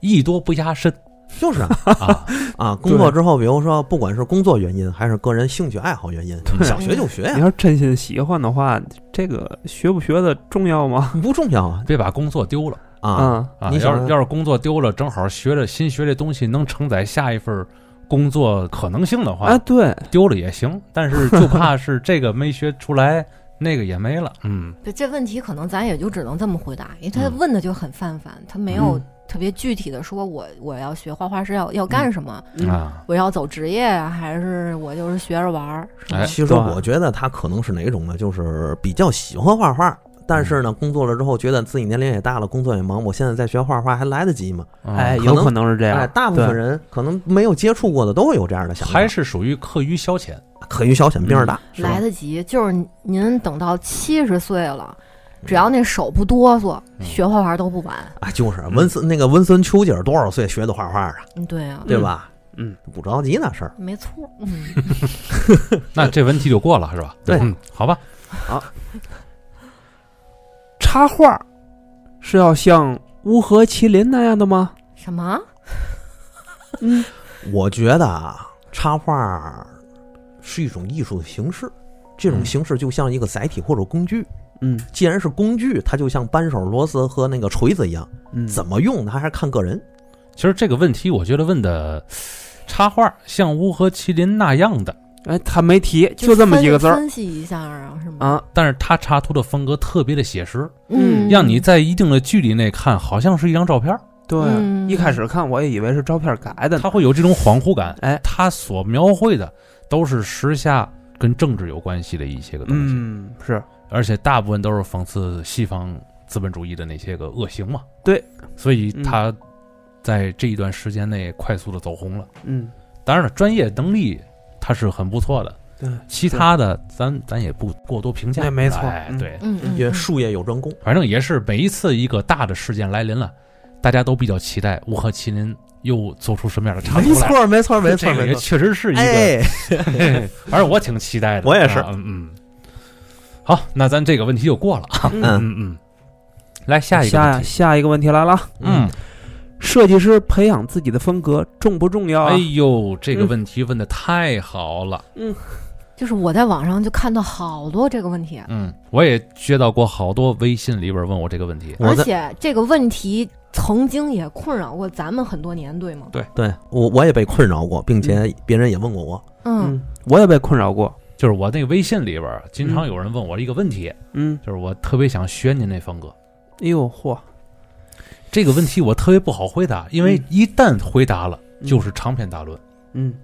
Speaker 1: 艺多不压身
Speaker 4: 就是 啊
Speaker 1: 啊，
Speaker 4: 啊，工作之后，比如说不管是工作原因还是个人兴趣爱好原因，
Speaker 3: 对
Speaker 4: 想学就学
Speaker 3: 你
Speaker 4: 呀，
Speaker 3: 要真心喜欢的话，这个学不学的重要吗？
Speaker 4: 不重要啊
Speaker 1: 别把工作丢了
Speaker 4: 啊。
Speaker 3: 啊，
Speaker 1: 啊！
Speaker 4: 你想
Speaker 1: 要是要是工作丢了，正好学了新学这东西能承载下一份工作可能性的话，
Speaker 3: 啊，对，
Speaker 1: 丢了也行，但是就怕是这个没学出来，那个也没了。嗯，
Speaker 2: 对这问题可能咱也就只能这么回答，因为他
Speaker 1: 嗯
Speaker 2: 问的就很泛泛，他没有
Speaker 3: 嗯
Speaker 2: 特别具体的说我我要学画画是要要干什么，
Speaker 3: 嗯
Speaker 1: 啊，
Speaker 2: 我要走职业啊，还是我就是学着玩儿？是吧
Speaker 1: 哎
Speaker 4: 其实
Speaker 3: 对
Speaker 4: 我觉得他可能是哪种呢？就是比较喜欢画画，但是呢，工作了之后觉得自己年龄也大了，工作也忙，我现在再学画画还来得及吗？
Speaker 3: 哎，
Speaker 1: 嗯
Speaker 3: 有可能是这样。
Speaker 4: 哎，大部分人可能没有接触过的都会有这样的想法，
Speaker 1: 还是属于课余消遣，
Speaker 4: 可与小显病大。是吧
Speaker 2: 来得及，就是您等到七十岁了，
Speaker 3: 嗯
Speaker 2: 只嗯要那手不哆嗦，
Speaker 1: 嗯
Speaker 2: 学画画都不晚。
Speaker 4: 啊，就是文森那个文森丘吉尔多少岁学的画画啊，
Speaker 2: 嗯，对啊，
Speaker 4: 对吧？
Speaker 3: 嗯，
Speaker 4: 不着急那事儿。
Speaker 2: 没错，嗯，
Speaker 1: 那这问题就过了是吧？
Speaker 4: 对
Speaker 1: 嗯，好吧，
Speaker 3: 插画是要像乌合麒麟那样的吗？
Speaker 2: 什 么？
Speaker 3: 嗯，
Speaker 4: 我觉得啊，插画是一种艺术的形式，这种
Speaker 1: 嗯
Speaker 4: 形式就像一个载体或者工具。
Speaker 3: 嗯
Speaker 4: 既然是工具，它就像扳手、螺丝和那个锤子一样，
Speaker 3: 嗯，
Speaker 4: 怎么用它还是看个人。
Speaker 1: 其实这个问题我觉得问的，插画像乌和麒麟那样的，
Speaker 3: 哎，他没提，就这么
Speaker 2: 分
Speaker 3: 几个字儿
Speaker 2: 分析一下啊，是吗？
Speaker 3: 啊。
Speaker 1: 但是他插图的风格特别的写实，
Speaker 3: 嗯
Speaker 1: 让你在一定的距离内看，好像是一张照片儿，
Speaker 3: 对，
Speaker 2: 嗯
Speaker 3: 一开始看我也以为是照片改的呢。
Speaker 1: 他会有这种恍惚感。
Speaker 3: 哎，
Speaker 1: 他所描绘的都是时下跟政治有关系的一些个东西，
Speaker 3: 嗯，是
Speaker 1: 而且大部分都是讽刺西方资本主义的那些个恶行嘛。
Speaker 3: 对，
Speaker 1: 所以
Speaker 3: 嗯
Speaker 1: 他在这一段时间内快速的走红了。
Speaker 3: 嗯
Speaker 1: 当然了，专业能力他是很不错的，
Speaker 3: 对，
Speaker 1: 其他的咱咱也不过多评价。
Speaker 3: 那没错
Speaker 1: 哎
Speaker 3: 嗯
Speaker 1: 对，
Speaker 2: 嗯嗯，
Speaker 4: 也
Speaker 2: 嗯
Speaker 4: 术业有专攻，
Speaker 1: 反正也是每一次一个大的事件来临了，大家都比较期待乌克麒麟又做出什么样的产
Speaker 4: 没
Speaker 1: 品出来。
Speaker 4: 错，没错，没
Speaker 1: 这
Speaker 4: 错，
Speaker 1: 个
Speaker 4: 没
Speaker 1: 也
Speaker 4: 错。
Speaker 1: 确实是一个，
Speaker 4: 哎，
Speaker 1: 反正我挺期待的。
Speaker 4: 我也是
Speaker 1: 啊嗯嗯。好，那咱这个问题就过了啊。
Speaker 4: 嗯
Speaker 1: 嗯嗯。来下一个问
Speaker 3: 下
Speaker 1: 题。
Speaker 3: 下一个问题来了，
Speaker 1: 嗯，，
Speaker 3: 设计师培养自己的风格重不重要啊？
Speaker 1: 哎呦，这个问题问的太好了。
Speaker 2: 就是我在网上就看到好多这个问题，
Speaker 1: 嗯，我也接到过好多微信里边问我这个问题。
Speaker 4: 我
Speaker 2: 而
Speaker 4: 在
Speaker 2: 且这个问题曾经也困扰过咱们很多年，对吗？
Speaker 4: 对我我也被困扰过，并且别人也问过我，
Speaker 2: 嗯
Speaker 3: 嗯，我也被困扰过。
Speaker 1: 就是我那个微信里边，经常有人问我一个问题，
Speaker 3: 嗯，
Speaker 1: 就是我特别想学您那风格。
Speaker 3: 哎呦嚯，
Speaker 1: 这个问题我特别不好回答，因为
Speaker 3: 嗯
Speaker 1: 一旦回答了，
Speaker 3: 嗯
Speaker 1: 就是长篇大论。
Speaker 3: 嗯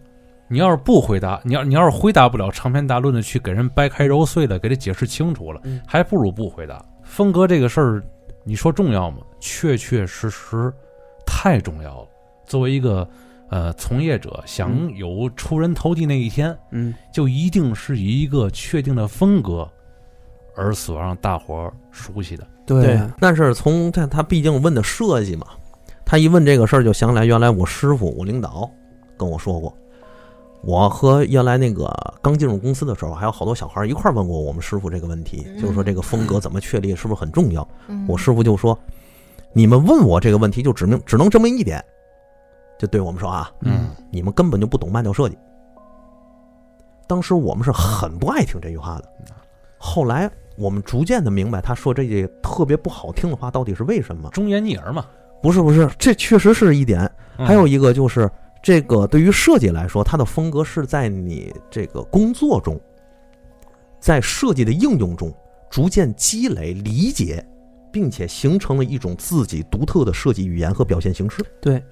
Speaker 1: 你要是不回答，你要你要是回答不了长篇大论的去给人掰开揉碎了给他解释清楚了
Speaker 3: 嗯，
Speaker 1: 还不如不回答。风格这个事儿，你说重要吗？确确实实太重要了。作为一个呃从业者，想
Speaker 3: 嗯
Speaker 1: 有出人头地那一天，
Speaker 3: 嗯
Speaker 1: 就一定是以一个确定的风格而所让大伙儿熟悉的。
Speaker 3: 对啊
Speaker 4: 但是从他他毕竟问的设计嘛，他一问这个事儿就想起来，原来我师傅我领导跟我说过，我和原来那个刚进入公司的时候，还有好多小孩儿一块儿问过我们师傅这个问题，就是说这个风格怎么确立是不是很重要？
Speaker 2: 嗯
Speaker 4: 我师傅就说，你们问我这个问题就指明只能证明一点，就对我们说啊，
Speaker 3: 嗯
Speaker 4: 你们根本就不懂慢调设计。当时我们是很不爱听这句话的，后来我们逐渐的明白他说这句特别不好听的话到底是为什么。
Speaker 1: 忠言逆耳嘛。
Speaker 4: 不是不是，这确实是一点。
Speaker 1: 嗯
Speaker 4: 还有一个就是，这个对于设计来说，它的风格是在你这个工作中，在设计的应用中逐渐积累、理解，并且形成了一种自己独特的设计语言和表现形式。
Speaker 3: 对，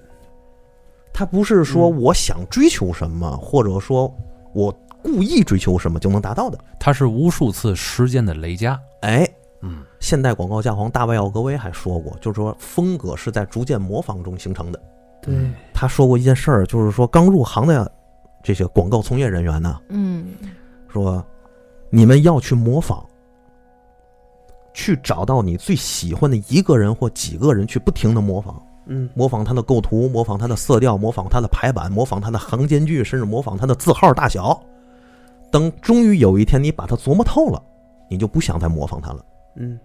Speaker 4: 它不是说
Speaker 3: 嗯
Speaker 4: 我想追求什么，或者说我故意追求什么就能达到的。
Speaker 1: 它是无数次时间的累加。
Speaker 4: 哎，
Speaker 1: 嗯，
Speaker 4: 现代广告家皇大卫奥格威还说过，就是说风格是在逐渐模仿中形成的。
Speaker 3: 对，
Speaker 4: 他说过一件事儿，就是说刚入行的这些广告从业人员呢，
Speaker 2: 嗯
Speaker 4: 说你们要去模仿，去找到你最喜欢的一个人或几个人，去不停的模仿，
Speaker 3: 嗯
Speaker 4: 模仿他的构图，模仿他的色调，模仿他的排版，模仿他的行间距，甚至模仿他的字号大小。等终于有一天你把它琢磨透了，你就不想再模仿他了。
Speaker 3: 嗯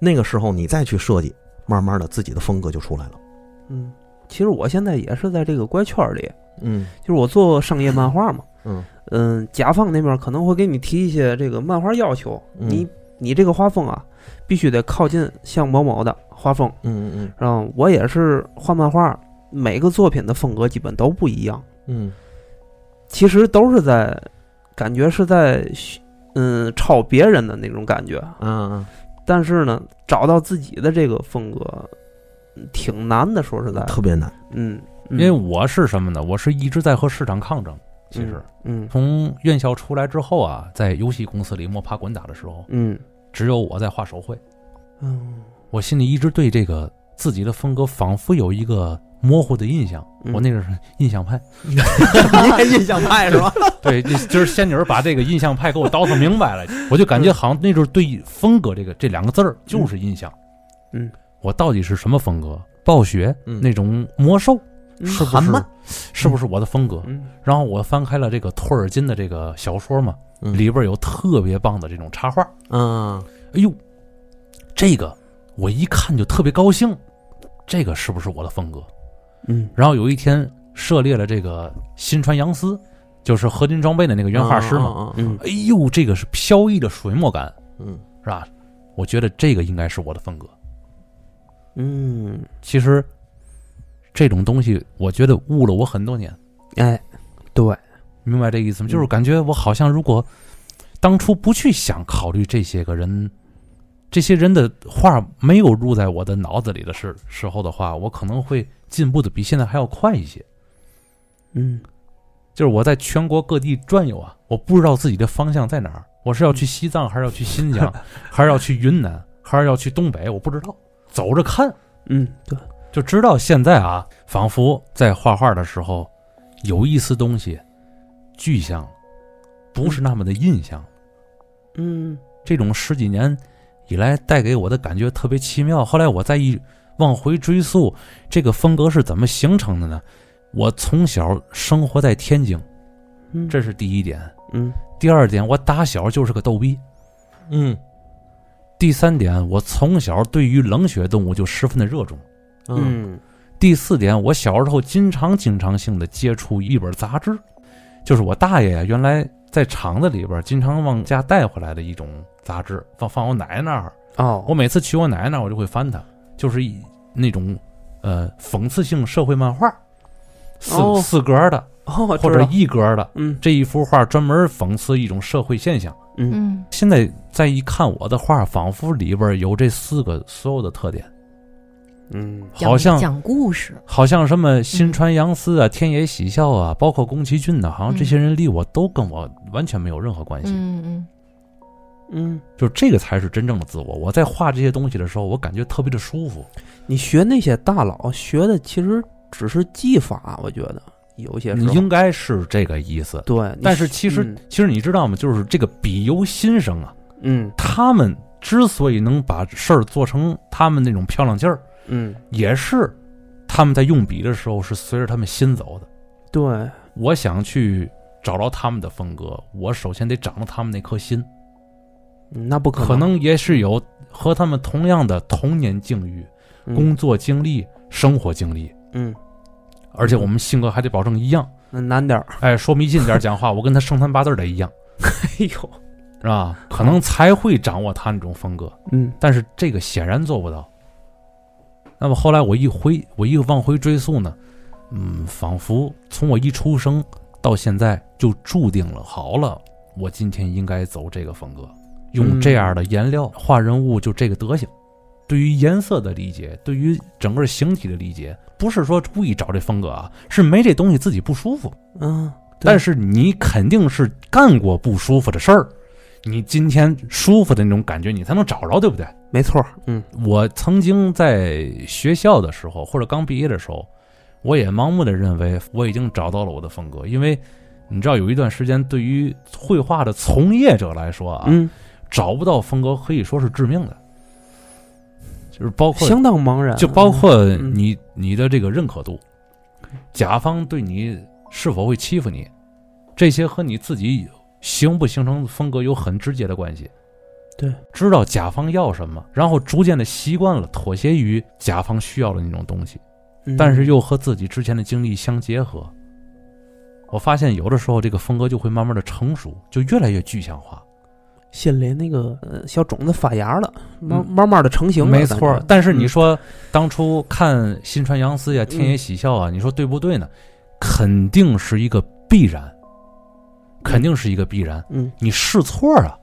Speaker 4: 那个时候你再去设计，慢慢的自己的风格就出来了。
Speaker 3: 嗯，其实我现在也是在这个乖圈儿里，
Speaker 4: 嗯
Speaker 3: 就是我做商业漫画嘛。
Speaker 4: 嗯
Speaker 3: 嗯，甲方那边可能会给你提一些这个漫画要求，
Speaker 4: 嗯
Speaker 3: 你你这个画风啊，必须得靠近像某某的画风。
Speaker 4: 嗯嗯
Speaker 3: 然后我也是画漫画，每个作品的风格基本都不一样，
Speaker 4: 嗯
Speaker 3: 其实都是在感觉是在学嗯抄别人的那种感觉，
Speaker 4: 嗯啊，
Speaker 3: 但是呢，找到自己的这个风格嗯挺难的，说实在
Speaker 4: 啊，特别难。
Speaker 3: 嗯，
Speaker 1: 因
Speaker 3: 嗯
Speaker 1: 为我是什么呢？我是一直在和市场抗争。其实
Speaker 3: 嗯
Speaker 1: 从院校出来之后啊，在游戏公司里摸爬滚打的时候，
Speaker 3: 嗯
Speaker 1: 只有我在画手绘。
Speaker 3: 嗯
Speaker 1: 我心里一直对这个自己的风格仿佛有一个模糊的印象。
Speaker 3: 嗯
Speaker 1: 我那个是印象派，
Speaker 4: 你也印象派是吧？
Speaker 1: 对，今儿仙女儿把这个印象派给我倒腾明白了，我就感觉好像那就是对风格这个这两个字儿就是印象。
Speaker 3: 嗯，
Speaker 1: 我到底是什么风格？暴雪、
Speaker 4: 嗯
Speaker 1: 那种魔兽
Speaker 3: 嗯
Speaker 1: 是不
Speaker 4: 韩
Speaker 1: 是
Speaker 4: 漫？
Speaker 1: 是不是我的风格？
Speaker 3: 嗯
Speaker 1: 然后我翻开了这个托尔金的这个小说嘛，
Speaker 4: 嗯
Speaker 1: 里边有特别棒的这种插画。
Speaker 4: 嗯
Speaker 1: 哎呦，这个我一看就特别高兴，这个是不是我的风格？
Speaker 3: 嗯
Speaker 1: 然后有一天涉猎了这个新川洋司，就是合金装备的那个原画师嘛。
Speaker 4: 嘛，
Speaker 3: 嗯
Speaker 1: 哎呦，这个是飘逸的水墨感，
Speaker 4: 嗯
Speaker 1: 是吧？我觉得这个应该是我的风格。
Speaker 3: 嗯，
Speaker 1: 其实这种东西，我觉得误了我很多年。
Speaker 3: 哎，对，
Speaker 1: 明白这意思吗？
Speaker 3: 嗯
Speaker 1: 就是感觉我好像如果当初不去想考虑这些个人，这些人的话没有入在我的脑子里的时时候的话，我可能会进步的比现在还要快一些。
Speaker 3: 嗯
Speaker 1: 就是我在全国各地转悠啊，我不知道自己的方向在哪儿，我是要去西藏，还是要去新疆，还是要去云南，还是要去东北，我不知道，走着看。
Speaker 3: 嗯，对，
Speaker 1: 就知道现在啊，仿佛在画画的时候，有一丝东西具象了，不是那么的印象。
Speaker 3: 嗯
Speaker 1: 这种十几年以来带给我的感觉特别奇妙。后来我再一往回追溯，这个风格是怎么形成的呢？我从小生活在天津，
Speaker 3: 嗯，
Speaker 1: 这是第一点。
Speaker 3: 嗯
Speaker 1: 第二点，我打小就是个逗逼。
Speaker 4: 嗯
Speaker 1: 第三点，我从小对于冷血动物就十分的热衷。
Speaker 4: 嗯
Speaker 1: 第四点，我小时候经常经常性的接触一本杂志，就是我大爷呀，原来在厂子里边经常往家带回来的一种杂志，放放我奶奶那儿。
Speaker 3: 哦，
Speaker 1: 我每次去我奶奶那儿，我就会翻它，就是一那种呃讽刺性社会漫画，四、
Speaker 3: 哦
Speaker 1: 四格的
Speaker 3: 哦，我知
Speaker 1: 或者
Speaker 3: 道
Speaker 1: 一格的
Speaker 3: 嗯
Speaker 1: 这一幅画，专门讽刺一种社会现象。
Speaker 3: 嗯
Speaker 2: 嗯，
Speaker 1: 现在再一看我的画，仿佛里边有这四个所有的特点，
Speaker 3: 嗯
Speaker 2: 讲
Speaker 1: 好像
Speaker 2: 讲故事，
Speaker 1: 好像什么新川洋司
Speaker 3: 嗯
Speaker 1: 啊、天野喜孝啊，包括宫崎骏呐、好像这些人离我都跟我完全没有任何关系。
Speaker 2: 嗯嗯
Speaker 3: 嗯，
Speaker 1: 就是这个才是真正的自我。我在画这些东西的时候，我感觉特别的舒服。
Speaker 3: 你学那些大佬学的其实只是技法，我觉得有些时
Speaker 1: 你
Speaker 3: 候
Speaker 1: 应该是这个意思。
Speaker 3: 对，你
Speaker 1: 但是其实，其实你知道吗？就是这个笔由心生啊，
Speaker 3: 嗯
Speaker 1: 他们之所以能把事儿做成他们那种漂亮劲儿，
Speaker 3: 嗯嗯，
Speaker 1: 也是他们在用笔的时候是随着他们心走的。
Speaker 3: 对，
Speaker 1: 我想去找着他们的风格，我首先得掌握他们那颗心，
Speaker 3: 嗯那不
Speaker 1: 可
Speaker 3: 能
Speaker 1: 能也是有和他们同样的童年境遇、
Speaker 3: 嗯
Speaker 1: 工作经历、生活经历，
Speaker 3: 嗯，
Speaker 1: 而且我们性格还得保证一样。
Speaker 3: 那难点儿，
Speaker 1: 哎，说迷信点儿讲话，我跟他生三八字儿得一样。
Speaker 3: 哎呦，
Speaker 1: 是吧？可能才会掌握他那种风格，
Speaker 3: 嗯
Speaker 1: 但是这个显然做不到。那么后来我一回，我一往回追溯呢，嗯，仿佛从我一出生到现在就注定了，好了，我今天应该走这个风格，用
Speaker 3: 嗯
Speaker 1: 这样的颜料画人物，就这个德行。对于颜色的理解，对于整个形体的理解，不是说故意找这风格啊，是没这东西自己不舒服。
Speaker 3: 嗯，对
Speaker 1: 但是你肯定是干过不舒服的事儿，你今天舒服的那种感觉，你才能找着，对不对？
Speaker 3: 没错儿，嗯
Speaker 1: 我曾经在学校的时候，或者刚毕业的时候，我也盲目的认为我已经找到了我的风格，因为你知道，有一段时间对于绘画的从业者来说啊，
Speaker 3: 嗯，
Speaker 1: 找不到风格可以说是致命的，就是包括
Speaker 3: 相当茫然，啊
Speaker 1: 就包括
Speaker 3: 嗯
Speaker 1: 你你的这个认可度，甲方对你是否会欺负你，这些和你自己形不形成风格有很直接的关系。
Speaker 3: 对，
Speaker 1: 知道甲方要什么，然后逐渐的习惯了妥协于甲方需要的那种东西，
Speaker 3: 嗯
Speaker 1: 但是又和自己之前的经历相结合。我发现有的时候这个风格就会慢慢的成熟，就越来越具象化。
Speaker 3: 心里那个呃小种子发芽了，慢
Speaker 1: 嗯
Speaker 3: 慢慢的成型了，
Speaker 1: 没
Speaker 3: 感
Speaker 1: 错儿
Speaker 3: 觉，
Speaker 1: 但是你
Speaker 3: 嗯
Speaker 1: 说、当初看新川洋司呀、天野喜孝啊，你说对不对呢？肯定是一个必然，肯定是一个必然。
Speaker 3: 嗯
Speaker 1: 你试错啊，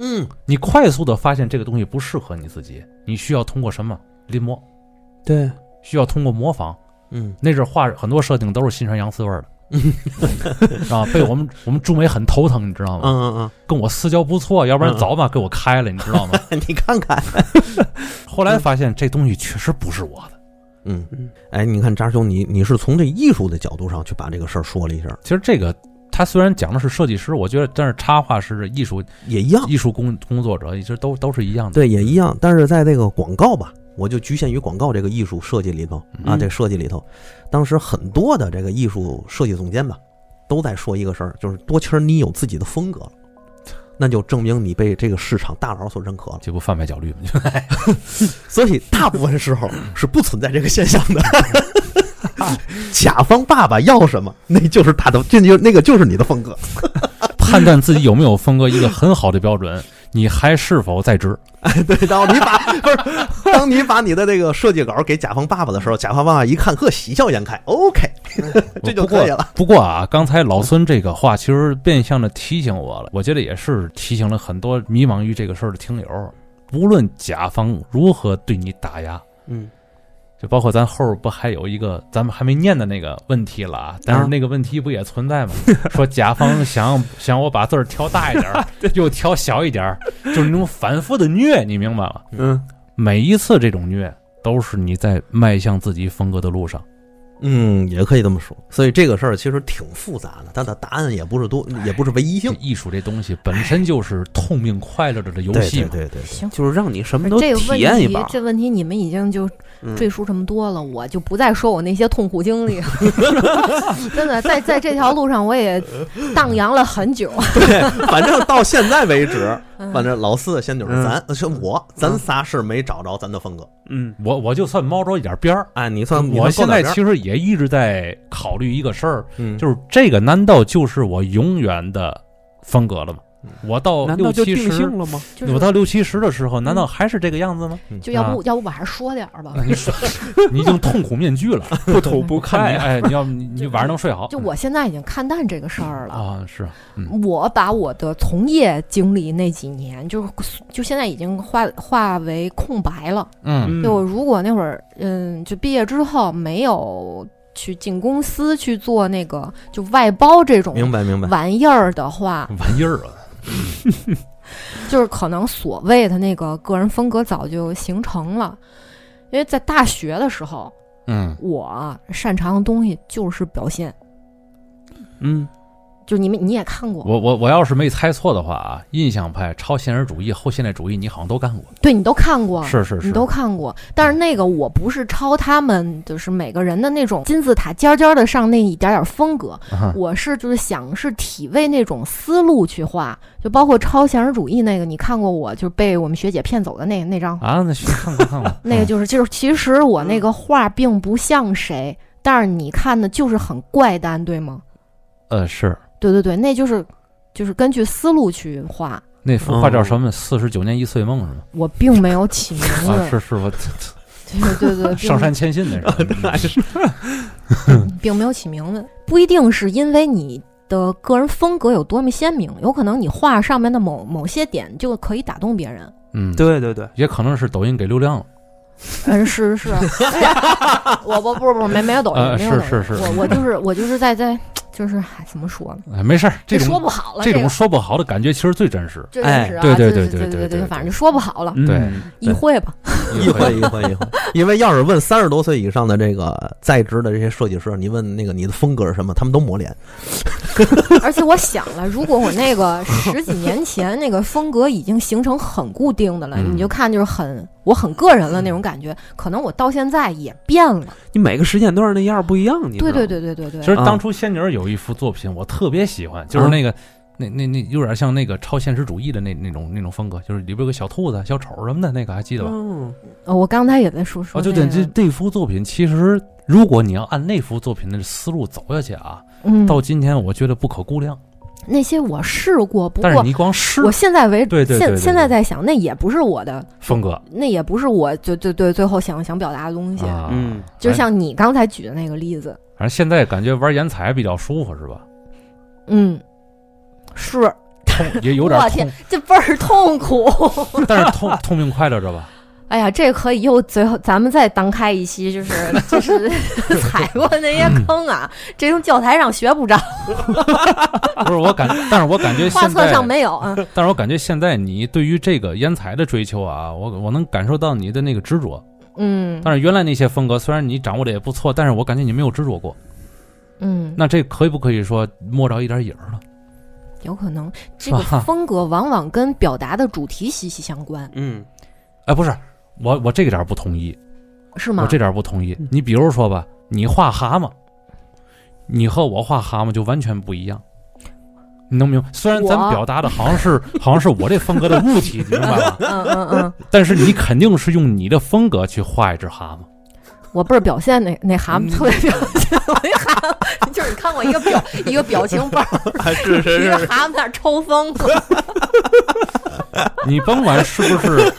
Speaker 4: 嗯，
Speaker 1: 你快速的发现这个东西不适合你自己，你需要通过什么临摹，
Speaker 3: 对，
Speaker 1: 需要通过模仿。
Speaker 4: 嗯
Speaker 1: 那阵儿画很多设定都是新川洋司味儿的，啊，被我们我们中美很头疼，你知道
Speaker 4: 嗯
Speaker 1: 吗？
Speaker 4: 嗯
Speaker 1: 跟我私交不错，要不然
Speaker 4: 嗯
Speaker 1: 早把给我开了，你知 道吗？
Speaker 4: 嗯，你看看，
Speaker 1: 后来发现这东西确实不是我的。
Speaker 4: 嗯
Speaker 3: 嗯，
Speaker 4: 哎，你看扎兄，你你是从这艺术的角度上去把这个事儿说了一下，
Speaker 1: 其实这个他虽然讲的是设计师，我觉得但是插画师、艺术
Speaker 4: 也一样，
Speaker 1: 艺术工工作者，其实都都是一样的。
Speaker 4: 哦对，也一样。但是在这个广告吧，我就局限于广告这个艺术设计里头啊，
Speaker 3: 嗯
Speaker 4: 这设计里头，当时很多的这个艺术设计总监吧，都在说一个事儿，就是多谦儿你有自己的风格了，那就证明你被这个市场大佬所认可了。
Speaker 1: 这不贩卖焦虑吗？
Speaker 4: 所以大部分时候是不存在这个现象的。 甲方爸爸要什么，那就是他的，这就那个就是你的风格。
Speaker 1: 判断自己有没有风格，一个很好的标准， 你还是否在职？
Speaker 4: 哎，对，当你把 不是，当你把你的这个设计稿给甲方爸爸的时候，甲方爸爸一看，呵，喜笑颜开，OK，这 就可以了。
Speaker 1: 不过啊，刚才老孙这个话其实变相的提醒我了，我觉得也是提醒了很多迷茫于这个事儿的听友。无论甲方如何对你打压，
Speaker 3: 嗯
Speaker 1: 就包括咱后儿不还有一个咱们还没念的那个问题了啊？但是那个问题不也存在吗？说甲方想想我把字儿调大一点 儿，又调小一点儿，就是那种反复的虐，你明白吗？
Speaker 3: 嗯
Speaker 1: 每一次这种虐都是你在迈向自己风格的路上，
Speaker 4: 嗯，也可以这么说。所以这个事儿其实挺复杂的，它的答案也不是多，也不是唯一
Speaker 1: 这
Speaker 4: 性。
Speaker 1: 艺术这东西本身就是痛并快乐着的游
Speaker 4: 对
Speaker 1: 戏
Speaker 4: 对
Speaker 1: 嘛。
Speaker 4: 对对，
Speaker 2: 行，
Speaker 3: 就是让你什么都
Speaker 2: 这个
Speaker 3: 体
Speaker 2: 问
Speaker 3: 验一
Speaker 2: 题
Speaker 3: 把，。
Speaker 2: 这问题你们已经就
Speaker 3: 嗯
Speaker 2: 赘述这么多了，我就不再说我那些痛苦经历了。 真的，在在这条路上我也荡漾了很久。
Speaker 4: 对，反正到现在为止，
Speaker 2: 嗯
Speaker 4: 反正老四仙女是
Speaker 3: 嗯
Speaker 4: 咱，呃是我，咱仨是没找着咱的风格。
Speaker 3: 嗯
Speaker 1: 我我就算猫着一点边儿，
Speaker 4: 哎，你算
Speaker 1: 我现在
Speaker 4: 其实
Speaker 1: 其实也一直在考虑一个事儿，
Speaker 4: 就
Speaker 1: 就是这个难道就是我永远的风格了吗
Speaker 4: 嗯？
Speaker 1: 我到
Speaker 3: 难
Speaker 1: 六
Speaker 3: 道就
Speaker 1: 七
Speaker 3: 定
Speaker 1: 十，
Speaker 3: 性了吗？
Speaker 2: 就
Speaker 1: 我
Speaker 2: 是
Speaker 1: 到六七十的时候，难道还是这个样子吗？
Speaker 2: 就要不
Speaker 1: 啊
Speaker 2: 要不我还是说点儿吧
Speaker 1: 那。嗯你说你已经痛苦面具 了，
Speaker 3: 不吐不
Speaker 1: 我看你 哎，你要你你晚上能睡好？
Speaker 2: 就我现在已经看淡这个事儿了。
Speaker 1: 啊，是
Speaker 2: 我把我的从业经历那几年，就是就现在已经化化为空白了。
Speaker 1: 嗯
Speaker 2: 就我如果那会儿，嗯，就毕业之后没有去进公司去做那个就外包这种
Speaker 4: 明白明白，
Speaker 2: 玩意儿的话，
Speaker 1: 玩意儿啊，
Speaker 2: 就是可能所谓的那个个人风格早就形成了。因为在大学的时候，
Speaker 1: 嗯
Speaker 2: 我擅长的东西就是表现，
Speaker 3: 嗯，
Speaker 2: 就你们你也看过，
Speaker 1: 我我我要是没猜错的话啊，印象派、超现实主义、后现代主义，你好像都干过。
Speaker 2: 对你都看过，
Speaker 1: 是是
Speaker 2: 你
Speaker 1: 是，
Speaker 2: 哦都看过，但是那个我不是抄他们，就是每个人的那种金字塔尖尖的上那一点点风格，
Speaker 1: 啊
Speaker 2: 我是就是想是体味那种思路去画，就包括超现实主义那个，你看过我就被我们学姐骗走的那那张，
Speaker 1: 啊，嗯那去看过看过
Speaker 2: 那个就是就是其实我那个画并不像谁，但是你看的就是很怪诞，对吗？
Speaker 1: 呃是
Speaker 2: 对对对，那就是就是根据思路去画，
Speaker 1: 那幅画叫什么？四十九年一岁梦是吗？
Speaker 2: 我并没有起名
Speaker 1: 啊
Speaker 2: 字，
Speaker 1: 是 是，我
Speaker 2: 对 对对，并
Speaker 1: 上山谦信 那是嗯。
Speaker 2: 并没有起名字，不一定是因为你的个人风格有多么鲜明，有可能你画上面的某某些点就可以打动别人。
Speaker 1: 嗯，
Speaker 3: 对对对，
Speaker 1: 也可能是抖音给流量了。
Speaker 2: 嗯，是是，是 我我不不没没有抖音，
Speaker 1: 呃
Speaker 2: 没有抖音
Speaker 1: 是是是
Speaker 2: 我我就是我就是在在就是哎怎么说呢？
Speaker 1: 哎，没事儿，这
Speaker 2: 说
Speaker 1: 种
Speaker 2: 不好了，
Speaker 1: 这
Speaker 2: 这
Speaker 1: 种说不好的感觉其实最真实。
Speaker 2: 这认识
Speaker 1: 哎
Speaker 2: 啊，
Speaker 1: 对对对
Speaker 2: 对对
Speaker 1: 对对对哎
Speaker 2: 对，反正就说不好了，
Speaker 1: 对
Speaker 3: 嗯
Speaker 2: 意会吧。
Speaker 4: 一会一会一会，因为要是问三十多岁以上的这个在职的这些设计师，你问那个你的风格是什么，他们都抹脸。
Speaker 2: 而且我想了，如果我那个十几年前那个风格已经形成很固定的了，
Speaker 1: 嗯
Speaker 2: 你就看就是很我很个人了那种感觉，可能我到现在也变了。
Speaker 3: 你每个时间段那样儿不一样，你知
Speaker 2: 对对
Speaker 3: 道吗，
Speaker 2: 对对对对，
Speaker 3: 嗯
Speaker 1: 其实当初仙女儿有一幅作品，我特别喜欢，就是那个。那那那有点像那个超现实主义的那那种那种风格，就是里边有个小兔子、小丑什么的，那个还记得吧？
Speaker 3: 嗯，
Speaker 2: 呃我刚才也在说说
Speaker 1: 啊，就对，
Speaker 2: 那个
Speaker 1: 这这幅作品其实，如果你要按那幅作品的思路走下去啊，
Speaker 2: 嗯，
Speaker 1: 到今天我觉得不可估量。
Speaker 2: 那些我试过，不
Speaker 1: 但是
Speaker 2: 过
Speaker 1: 你光试
Speaker 2: 我现在为
Speaker 1: 对对对对
Speaker 2: 现
Speaker 1: 对
Speaker 2: 现在在想，那也不是我的，
Speaker 1: 风格
Speaker 2: 那也不是我就对对最后想想表达的东西。
Speaker 1: 啊，
Speaker 3: 嗯，
Speaker 2: 就
Speaker 1: 哎
Speaker 2: 像你刚才举的那个例子，
Speaker 1: 反正现在感觉玩颜彩比较舒服是 吧？
Speaker 2: 嗯，是
Speaker 1: 痛也有点
Speaker 2: 我天
Speaker 1: 痛，
Speaker 2: 这倍儿痛苦。
Speaker 1: 但是痛痛并快乐着吧？
Speaker 2: 哎呀，这可以又最后咱们再单开一期，就是 就是踩过那些坑啊，这从教材上学不着，
Speaker 1: 不是我感，但是我感觉
Speaker 2: 画
Speaker 1: 现
Speaker 2: 册
Speaker 1: 在，
Speaker 2: 上没有 啊。嗯
Speaker 1: 但是我感觉现在你对于这个烟彩的追求啊，我我能感受到你的那个执着。
Speaker 2: 嗯
Speaker 1: 但是原来那些风格虽然你掌握的也不错，但是我感觉你没有执着过。
Speaker 2: 嗯，
Speaker 1: 那这可以不可以说摸着一点影儿了？
Speaker 2: 有可能这
Speaker 1: 是吧
Speaker 2: 个风格往往跟表达的主题息息相关，
Speaker 3: 嗯
Speaker 1: 哎，不是，我我这个点儿不同意。
Speaker 2: 是
Speaker 1: 我
Speaker 2: 吗
Speaker 1: 这？点儿不同意
Speaker 3: 嗯。
Speaker 1: 你比如说吧，你画蛤蟆，你和我画蛤蟆就完全不一样。你能明白？虽然咱
Speaker 2: 我
Speaker 1: 表达的好像是 好像是我这风格的物体，你明白吧？
Speaker 2: 嗯嗯嗯，
Speaker 1: 但是你肯定是用你的风格去画一只蛤蟆。
Speaker 2: 我倍儿表现那那蛤
Speaker 1: 嗯
Speaker 2: 蟆特别表现，我那蛤蟆就是你看我一个表一个表情 包，
Speaker 4: 啊是
Speaker 2: 一个蛤蟆在那儿抽风，
Speaker 1: 你甭管是不是，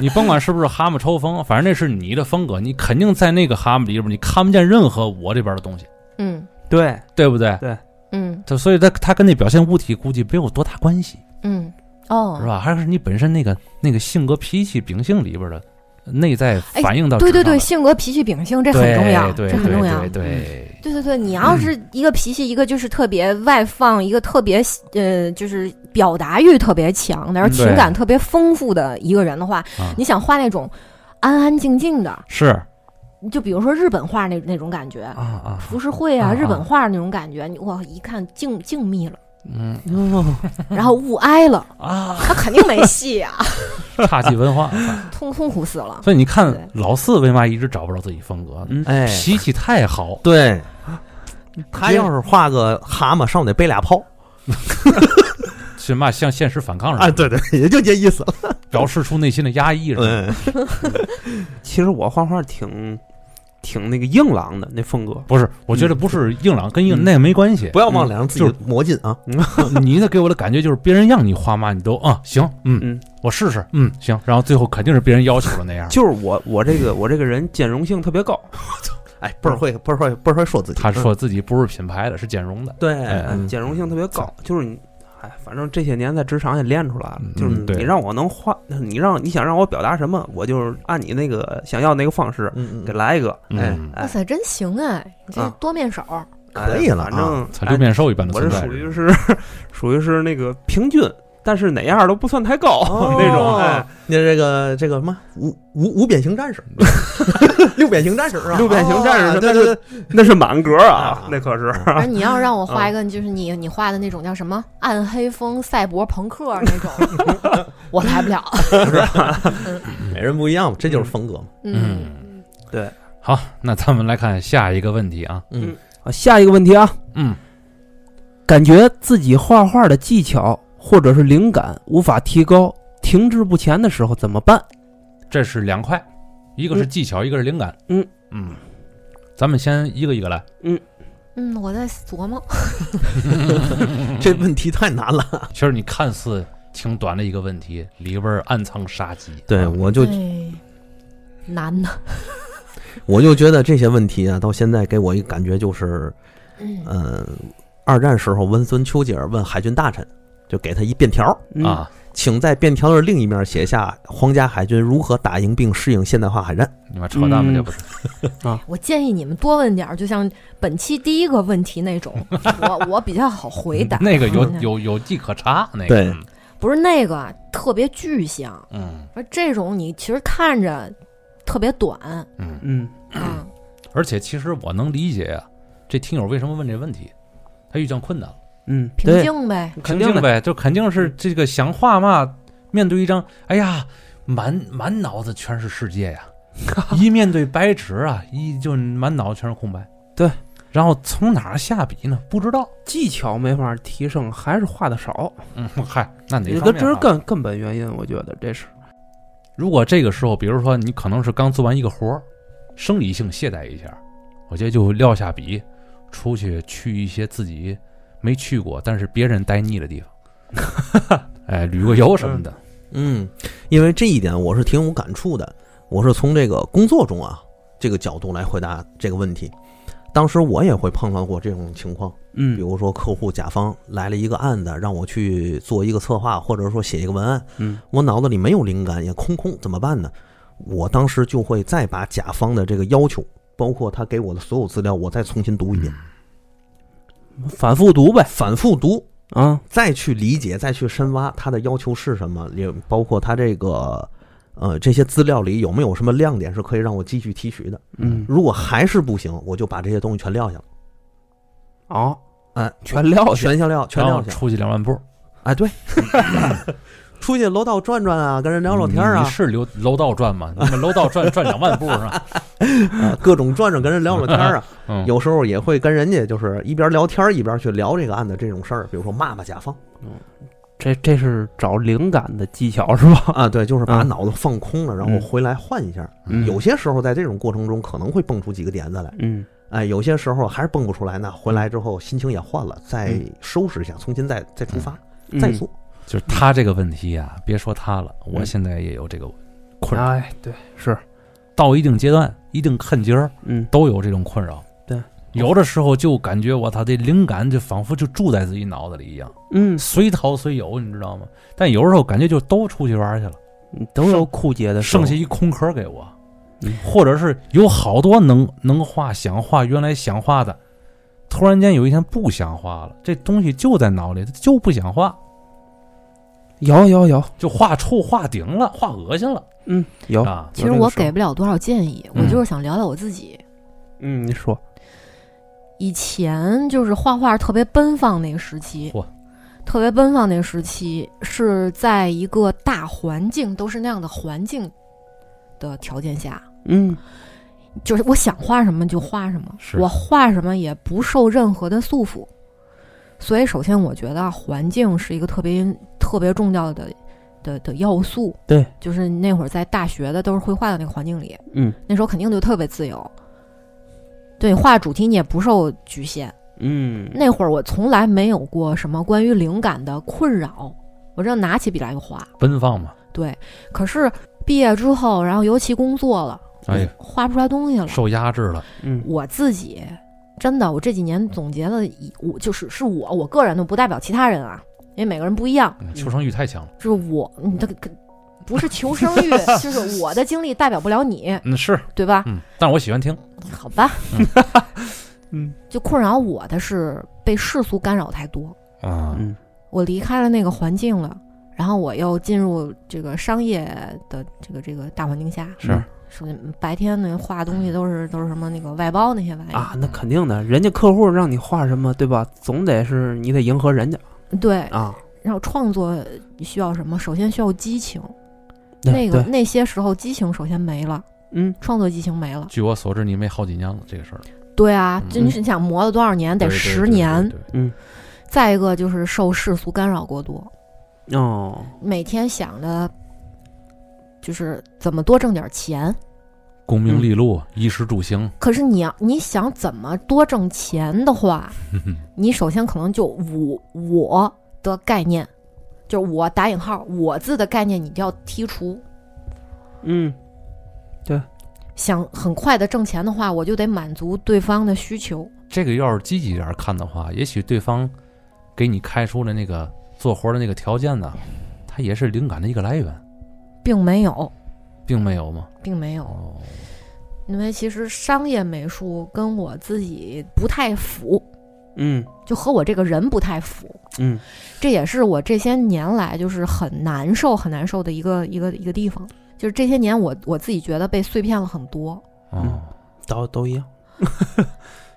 Speaker 1: 你甭管是不是蛤蟆抽风，反正那是你的风格，你肯定在那个蛤蟆里边，你看不见任何我这边的东西，
Speaker 2: 嗯
Speaker 3: 对，
Speaker 1: 对不对？
Speaker 2: 嗯
Speaker 1: 它所以它它跟那表现物体估计没有多大关系。
Speaker 2: 嗯，哦
Speaker 1: 是，吧？还是你本身那个那个性格、脾气、秉性里边的内在反映到
Speaker 2: 哎对对
Speaker 1: 纸上
Speaker 2: 对，
Speaker 1: 来
Speaker 2: 性格、脾气、秉性这很重要，
Speaker 1: 对
Speaker 2: 这很重要。
Speaker 1: 对对
Speaker 2: 嗯
Speaker 1: 对
Speaker 2: 对对对，你要是一个脾气，一个就是特别外放，一个特别呃，就是表达欲特别强的，而
Speaker 1: 嗯
Speaker 2: 情
Speaker 1: 对
Speaker 2: 感特别丰富的一个人的话
Speaker 1: 啊，
Speaker 2: 你想画那种安安静静的，
Speaker 1: 是
Speaker 2: 就比如说日本画那那种感觉，
Speaker 1: 啊啊，
Speaker 2: 浮世绘啊，
Speaker 1: 啊
Speaker 2: 日本画那种感觉，你哇一看静静谧了，
Speaker 1: 嗯
Speaker 2: 然后物哀了，
Speaker 1: 啊，
Speaker 2: 他肯定没戏呀、
Speaker 1: 侘寂文化。
Speaker 2: 痛痛苦死了。
Speaker 1: 所以你看
Speaker 2: 对，
Speaker 1: 老四为嘛一直找不着自己风格呢？
Speaker 3: 嗯
Speaker 4: 哎，
Speaker 1: 脾气太好，
Speaker 4: 对，他要是画个蛤蟆，上面得背俩炮
Speaker 1: 起码向现实反抗
Speaker 4: 啊！
Speaker 1: 了，
Speaker 4: 对对，也就这意思了。
Speaker 1: 表示出内心的压抑是吧。
Speaker 4: 嗯，
Speaker 3: 其实我画画挺挺那个硬朗的那风格，
Speaker 1: 不是，我觉得不是硬朗，跟硬
Speaker 3: 嗯
Speaker 1: 那个没关系。
Speaker 4: 不要往脸上自己
Speaker 1: 就是
Speaker 4: 抹金啊！
Speaker 1: 你的给我的感觉就是别人让你画嘛，你都啊行，嗯，
Speaker 3: 嗯，
Speaker 1: 我试试，嗯行，然后最后肯定是别人要求的那样。
Speaker 3: 就是我我这个我这个人兼容性特别高，
Speaker 4: 哎，倍儿会，倍儿会，倍儿会说自己。
Speaker 1: 他说自己不是品牌的，是减容的。
Speaker 3: 对
Speaker 1: 哎
Speaker 4: 嗯
Speaker 3: 兼容性特别高，就是你。哎，反正这些年在职场也练出来了，
Speaker 1: 嗯
Speaker 3: 就是
Speaker 1: 对
Speaker 3: 你让我能画，你让你想让我表达什么，我就是按你那个想要那个方式
Speaker 4: 嗯，嗯
Speaker 3: 给
Speaker 4: 嗯，
Speaker 3: 来一个，哎
Speaker 1: 嗯，
Speaker 2: 哇
Speaker 3: 哎，
Speaker 2: 塞，真行哎！你这
Speaker 3: 啊
Speaker 2: 多面手，
Speaker 4: 可以了啊
Speaker 3: 哎反正哎
Speaker 1: 才六面兽一般的
Speaker 3: 我
Speaker 1: 存
Speaker 3: 是
Speaker 1: 在。
Speaker 3: 属于是属于是那个平均，但是哪样都不算太高、
Speaker 1: 哦
Speaker 3: 那种。哎，
Speaker 4: 你哦这个这个什么五五五边形 战士，六边形战士是吧？
Speaker 3: 六边形战士
Speaker 4: 啊
Speaker 3: 是
Speaker 4: 对
Speaker 3: 那
Speaker 4: 对
Speaker 3: 是
Speaker 4: 对，
Speaker 3: 那是满格啊
Speaker 4: 啊，
Speaker 3: 那可
Speaker 1: 嗯
Speaker 3: 是。
Speaker 2: 而你要让我画一个，就是你你画的那种叫什么暗黑风赛博朋克那种，我来不了。
Speaker 4: 每人不一样嘛，这就是风格嘛。
Speaker 2: 嗯，
Speaker 1: 嗯，
Speaker 3: 对。
Speaker 1: 好，那咱们来看下一个问题啊。
Speaker 4: 嗯，
Speaker 3: 啊下一个问题啊，
Speaker 1: 嗯，
Speaker 3: 感觉自己画画的技巧或者是灵感无法提高，停滞不前的时候怎么办？
Speaker 1: 这是两块，一个是技巧，一个是灵感。
Speaker 3: 嗯
Speaker 1: 嗯，咱们先一个一个来。
Speaker 2: 嗯，我在琢磨，
Speaker 4: 这问题太难了。
Speaker 3: 啊
Speaker 1: 其实你看似挺短的一个问题，里边暗藏杀机。
Speaker 4: 对，我就
Speaker 2: 哎难呢。
Speaker 4: 我就觉得这些问题啊，到现在给我一个感觉就是，
Speaker 2: 嗯
Speaker 4: 嗯，二战时候温森丘吉尔问海军大臣，就给他一便条，
Speaker 3: 嗯，
Speaker 1: 啊，
Speaker 4: 请在便条的另一面写下皇家海军如何打赢并适应现代化海战。
Speaker 1: 你妈扯淡吧？
Speaker 3: 嗯
Speaker 1: 这不是
Speaker 2: 我建议你们多问点儿，就像本期第一个问题那种，我我比较好回答。
Speaker 1: 那个有
Speaker 2: 嗯
Speaker 1: 有有迹可查，那个
Speaker 4: 对
Speaker 2: 不是那个特别具象，
Speaker 1: 嗯
Speaker 2: 而这种你其实看着特别短
Speaker 1: 嗯，
Speaker 3: 嗯，
Speaker 2: 啊，
Speaker 1: 而且其实我能理解呀，这听友为什么问这问题，他遇见困难了，
Speaker 3: 嗯，
Speaker 2: 平静呗。
Speaker 1: 肯
Speaker 3: 肯
Speaker 1: 定
Speaker 3: 定的
Speaker 1: 呗，就肯定是这个想画嘛，面对一张，哎呀，满满脑子全是世界 呀，一面对白纸啊，一就满脑子全是空白，
Speaker 3: 对，
Speaker 1: 然后从哪儿下笔呢？不知道，
Speaker 3: 技巧没法提升，还是画的少，
Speaker 1: 嗯，嗨，那哪
Speaker 3: 这
Speaker 1: 方
Speaker 3: 个
Speaker 1: 面
Speaker 3: 这是
Speaker 1: 啊
Speaker 3: 根根本原因，我觉得这是。
Speaker 1: 如果这个时候，比如说你可能是刚做完一个活儿，生理性懈怠一下，我觉得就撂下笔，出去去一些自己没去过但是别人待腻的地 方，哎，旅个游什么的。
Speaker 4: 嗯，因为这一点我是挺有感触的。我是从这个工作中啊这个角度来回答这个问题。当时我也会碰到过这种情况，比
Speaker 3: 嗯
Speaker 4: 如说客户甲方来了一个案子，让我去做一个策划，或者说写一个文案，
Speaker 3: 嗯
Speaker 4: 我脑子里没有灵感，也空空，怎么办呢？我当时就会再把甲方的这个要求，包括他给我的所有资料，我再重新读一遍，
Speaker 3: 反复读呗，
Speaker 4: 反复读，
Speaker 3: 啊，
Speaker 4: 再去理解，再去深挖他的要求是什么，也包括他这个呃这些资料里有没有什么亮点是可以让我继续提取的。
Speaker 3: 嗯，
Speaker 4: 如果还是不行，我就把这些东西全撂下了，
Speaker 3: 啊，
Speaker 4: 哎，
Speaker 3: 全撂下，哦
Speaker 4: 全下撂，全
Speaker 1: 然后
Speaker 4: 撂下。
Speaker 1: 出去两万步，
Speaker 4: 哎， 对，出去楼道转转啊，跟人聊聊天
Speaker 3: 嗯
Speaker 1: 你你
Speaker 4: 啊，
Speaker 1: 是楼楼道转 吗？你们楼道转转两万步是 吧？
Speaker 4: 啊各种转转，跟人聊聊天啊。
Speaker 1: 嗯，
Speaker 4: 有时候也会跟人家就是一边聊天一边去聊这个案子这种事儿，比如说骂骂甲方
Speaker 3: 这这是找灵感的技巧是吧？
Speaker 4: 啊，对，就是把
Speaker 3: 嗯
Speaker 4: 脑子放空了，然后
Speaker 3: 嗯
Speaker 4: 回来换一下。
Speaker 3: 嗯
Speaker 4: 有些时候在这种过程中可能会蹦出几个点子来，
Speaker 3: 嗯
Speaker 4: 哎，有些时候还是蹦不出来呢，回来之后心情也换了，再
Speaker 3: 嗯
Speaker 4: 收拾一下，重新再再出发，
Speaker 3: 嗯
Speaker 4: 再做。
Speaker 1: 就是他这个问题啊，别说他了，我
Speaker 3: 嗯
Speaker 1: 现在也有这个困扰。
Speaker 3: 哎，对，是，
Speaker 1: 到一定阶段，一定坎节儿，
Speaker 3: 嗯
Speaker 1: 都有这种困扰。
Speaker 3: 对，
Speaker 1: 有的时候就感觉我操，这灵感就仿佛就住在自己脑子里一样。
Speaker 3: 嗯，
Speaker 1: 随逃随有，你知道吗？但有时候感觉就都出去玩去了，
Speaker 3: 嗯都有枯竭的时候
Speaker 1: 剩下一空壳给我，
Speaker 3: 嗯
Speaker 1: 或者是有好多能能画想画原来想画的，突然间有一天不想画了，这东西就在脑里，就不想画。
Speaker 3: 有有有，
Speaker 1: 就画臭、画顶了、画恶心了
Speaker 3: 嗯，有。
Speaker 1: 啊。
Speaker 2: 其实
Speaker 3: 有这个
Speaker 2: 我
Speaker 3: 事儿
Speaker 2: 给不了多少建议，
Speaker 1: 嗯
Speaker 2: 我就是想聊聊我自己。
Speaker 3: 嗯，你说，
Speaker 2: 以前就是画画特别奔放那个时期
Speaker 1: 嚯，
Speaker 2: 特别奔放那个时期是在一个大环境都是那样的环境的条件下，
Speaker 3: 嗯
Speaker 2: 就是我想画什么就画什么，
Speaker 1: 是
Speaker 2: 我画什么也不受任何的束缚。所以，首先我觉得环境是一个特别特别重要的的的要素。
Speaker 3: 对，
Speaker 2: 就是那会儿在大学的都是绘画的那个环境里，
Speaker 3: 嗯
Speaker 2: 那时候肯定就特别自由。对，画主题你也不受局限。
Speaker 3: 嗯
Speaker 2: 那会儿我从来没有过什么关于灵感的困扰，我这拿起笔来就画。
Speaker 1: 奔放嘛，
Speaker 2: 对，可是毕业之后，然后尤其工作了，
Speaker 1: 哎呀，
Speaker 2: 画不出来东西了。
Speaker 1: 受压制了，
Speaker 3: 嗯
Speaker 2: 我自己真的，我这几年总结了一，我就是是我我个人的，不代表其他人啊，因为每个人不一样。
Speaker 1: 嗯求生欲太强了。
Speaker 2: 就是我，你的不是求生 欲，就是我的经历代表不了你，
Speaker 1: 嗯，是，
Speaker 2: 对吧？
Speaker 1: 嗯，但是我喜欢听。
Speaker 2: 好吧，
Speaker 3: 嗯
Speaker 2: 就困扰我的是被世俗干扰太多，
Speaker 1: 啊
Speaker 3: 嗯
Speaker 2: 我离开了那个环境了。然后我又进入这个商业的这个这个大环境下，
Speaker 1: 是
Speaker 2: 首先白天那画东西都是都是什么那个外包那些玩意儿
Speaker 3: 啊，那肯定的，人家客户让你画什么，对吧？总得是你得迎合人家
Speaker 2: 对，
Speaker 3: 啊。
Speaker 2: 然后创作需要什么？首先需要激情，
Speaker 3: 对
Speaker 2: 那个
Speaker 3: 对
Speaker 2: 那些时候激情首先没了，
Speaker 3: 嗯
Speaker 2: 创作激情没了。
Speaker 1: 据我所知，你没好几年了这个事儿，
Speaker 2: 对啊
Speaker 1: 嗯，
Speaker 2: 真是想磨了多少年，得
Speaker 1: 对对
Speaker 2: 十
Speaker 1: 对
Speaker 2: 年。
Speaker 1: 对对对
Speaker 2: 再一个就是受世俗干扰过多，
Speaker 3: 哦，
Speaker 2: 每天想着就是怎么多挣点钱。
Speaker 1: 功名利禄、衣食住行，
Speaker 2: 可是你要你想怎么多挣钱的话，
Speaker 1: 哼哼
Speaker 2: 你首先可能就我我的概念，就是我打引号我字的概念，你就要剔除。
Speaker 3: 嗯
Speaker 2: 想很快的挣钱的话，我就得满足对方的需求。
Speaker 1: 这个要是积极一点儿看的话，也许对方给你开出的那个做活儿的那个条件呢，它也是灵感的一个来源，
Speaker 2: 并没有，
Speaker 1: 并没有嘛。
Speaker 2: 并没有，
Speaker 1: 哦，
Speaker 2: 因为其实商业美术跟我自己不太符，
Speaker 3: 嗯
Speaker 2: 就和我这个人不太符。
Speaker 3: 嗯
Speaker 2: 这也是我这些年来就是很难受、很难受的一个一个一个地方。就是这些年我我自己觉得被碎片了很多。
Speaker 1: 哦，
Speaker 3: 都都一样。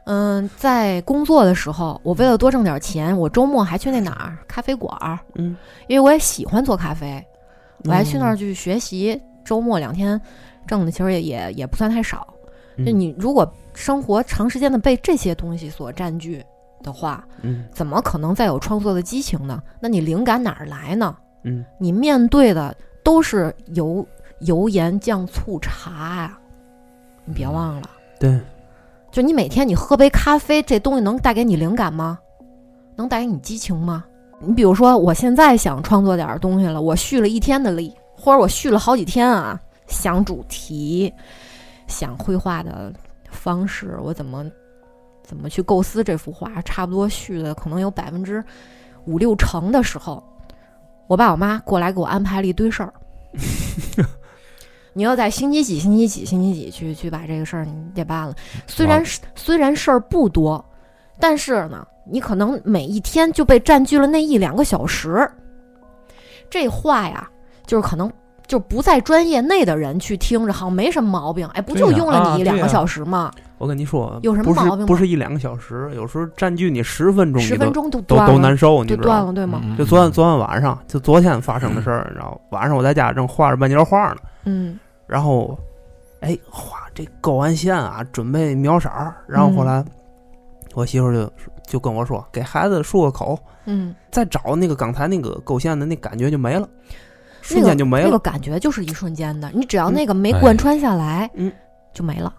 Speaker 2: 嗯，在工作的时候，我为了多挣点钱，我周末还去那哪儿咖啡馆儿，
Speaker 3: 嗯，
Speaker 2: 因为我也喜欢做咖啡，我还
Speaker 3: 哦
Speaker 2: 去那儿去学习。周末两天挣的其实也也也不算太少。
Speaker 3: 嗯
Speaker 2: 就你如果生活长时间的被这些东西所占据的话，
Speaker 3: 嗯
Speaker 2: 怎么可能再有创作的激情呢？那你灵感哪儿来呢？
Speaker 3: 嗯，
Speaker 2: 你面对的都是油油盐酱醋茶呀、你别忘了，
Speaker 3: 对，
Speaker 2: 就你每天你喝杯咖啡，这东西能带给你灵感吗？能带给你激情吗？你比如说，我现在想创作点儿东西了，我蓄了一天的力，或者我蓄了好几天啊，想主题，想绘画的方式，我怎么怎么去构思这幅画，差不多续的可能有百分之五六成的时候，我爸我妈过来给我安排了一堆事儿。你要在星期几、星期几、星期几去去把这个事儿你得办了。虽然是虽然事儿不多，但是呢，你可能每一天就被占据了那一两个小时。这话呀，就是可能就不在专业内的人去听着，好像没什么毛病。哎，不就
Speaker 1: 对呀
Speaker 2: 用了
Speaker 3: 啊
Speaker 2: 你一两
Speaker 3: 对呀
Speaker 2: 个小时吗？
Speaker 3: 我跟你说，
Speaker 2: 有什么
Speaker 3: 不是
Speaker 2: 毛病吗
Speaker 3: 不是一两个小时，有时候占据你十分钟，
Speaker 2: 十
Speaker 3: 你
Speaker 2: 分
Speaker 3: 都
Speaker 2: 钟就
Speaker 3: 都
Speaker 2: 断
Speaker 3: 都
Speaker 2: 了，
Speaker 3: 难受，你
Speaker 2: 就
Speaker 3: 知
Speaker 2: 断
Speaker 3: 道吗？
Speaker 2: 了，对吗？
Speaker 1: 嗯
Speaker 3: 就昨晚，昨晚晚上，就昨天发生的事儿，然后晚上我在家正画着半截画呢，
Speaker 2: 嗯，
Speaker 3: 然后，哎，画这勾完线啊，准备描色儿，然后后
Speaker 2: 嗯
Speaker 3: 来、我媳妇儿就就跟我说，给孩子漱个口，
Speaker 2: 嗯，
Speaker 3: 再找那个刚才那个勾线的那感觉就没了，瞬间就没
Speaker 2: 那个
Speaker 3: 了。
Speaker 2: 感觉就是一瞬间的，你只要
Speaker 3: 嗯
Speaker 2: 那个没
Speaker 1: 哎
Speaker 2: 贯穿下来，
Speaker 3: 嗯，
Speaker 2: 就没了。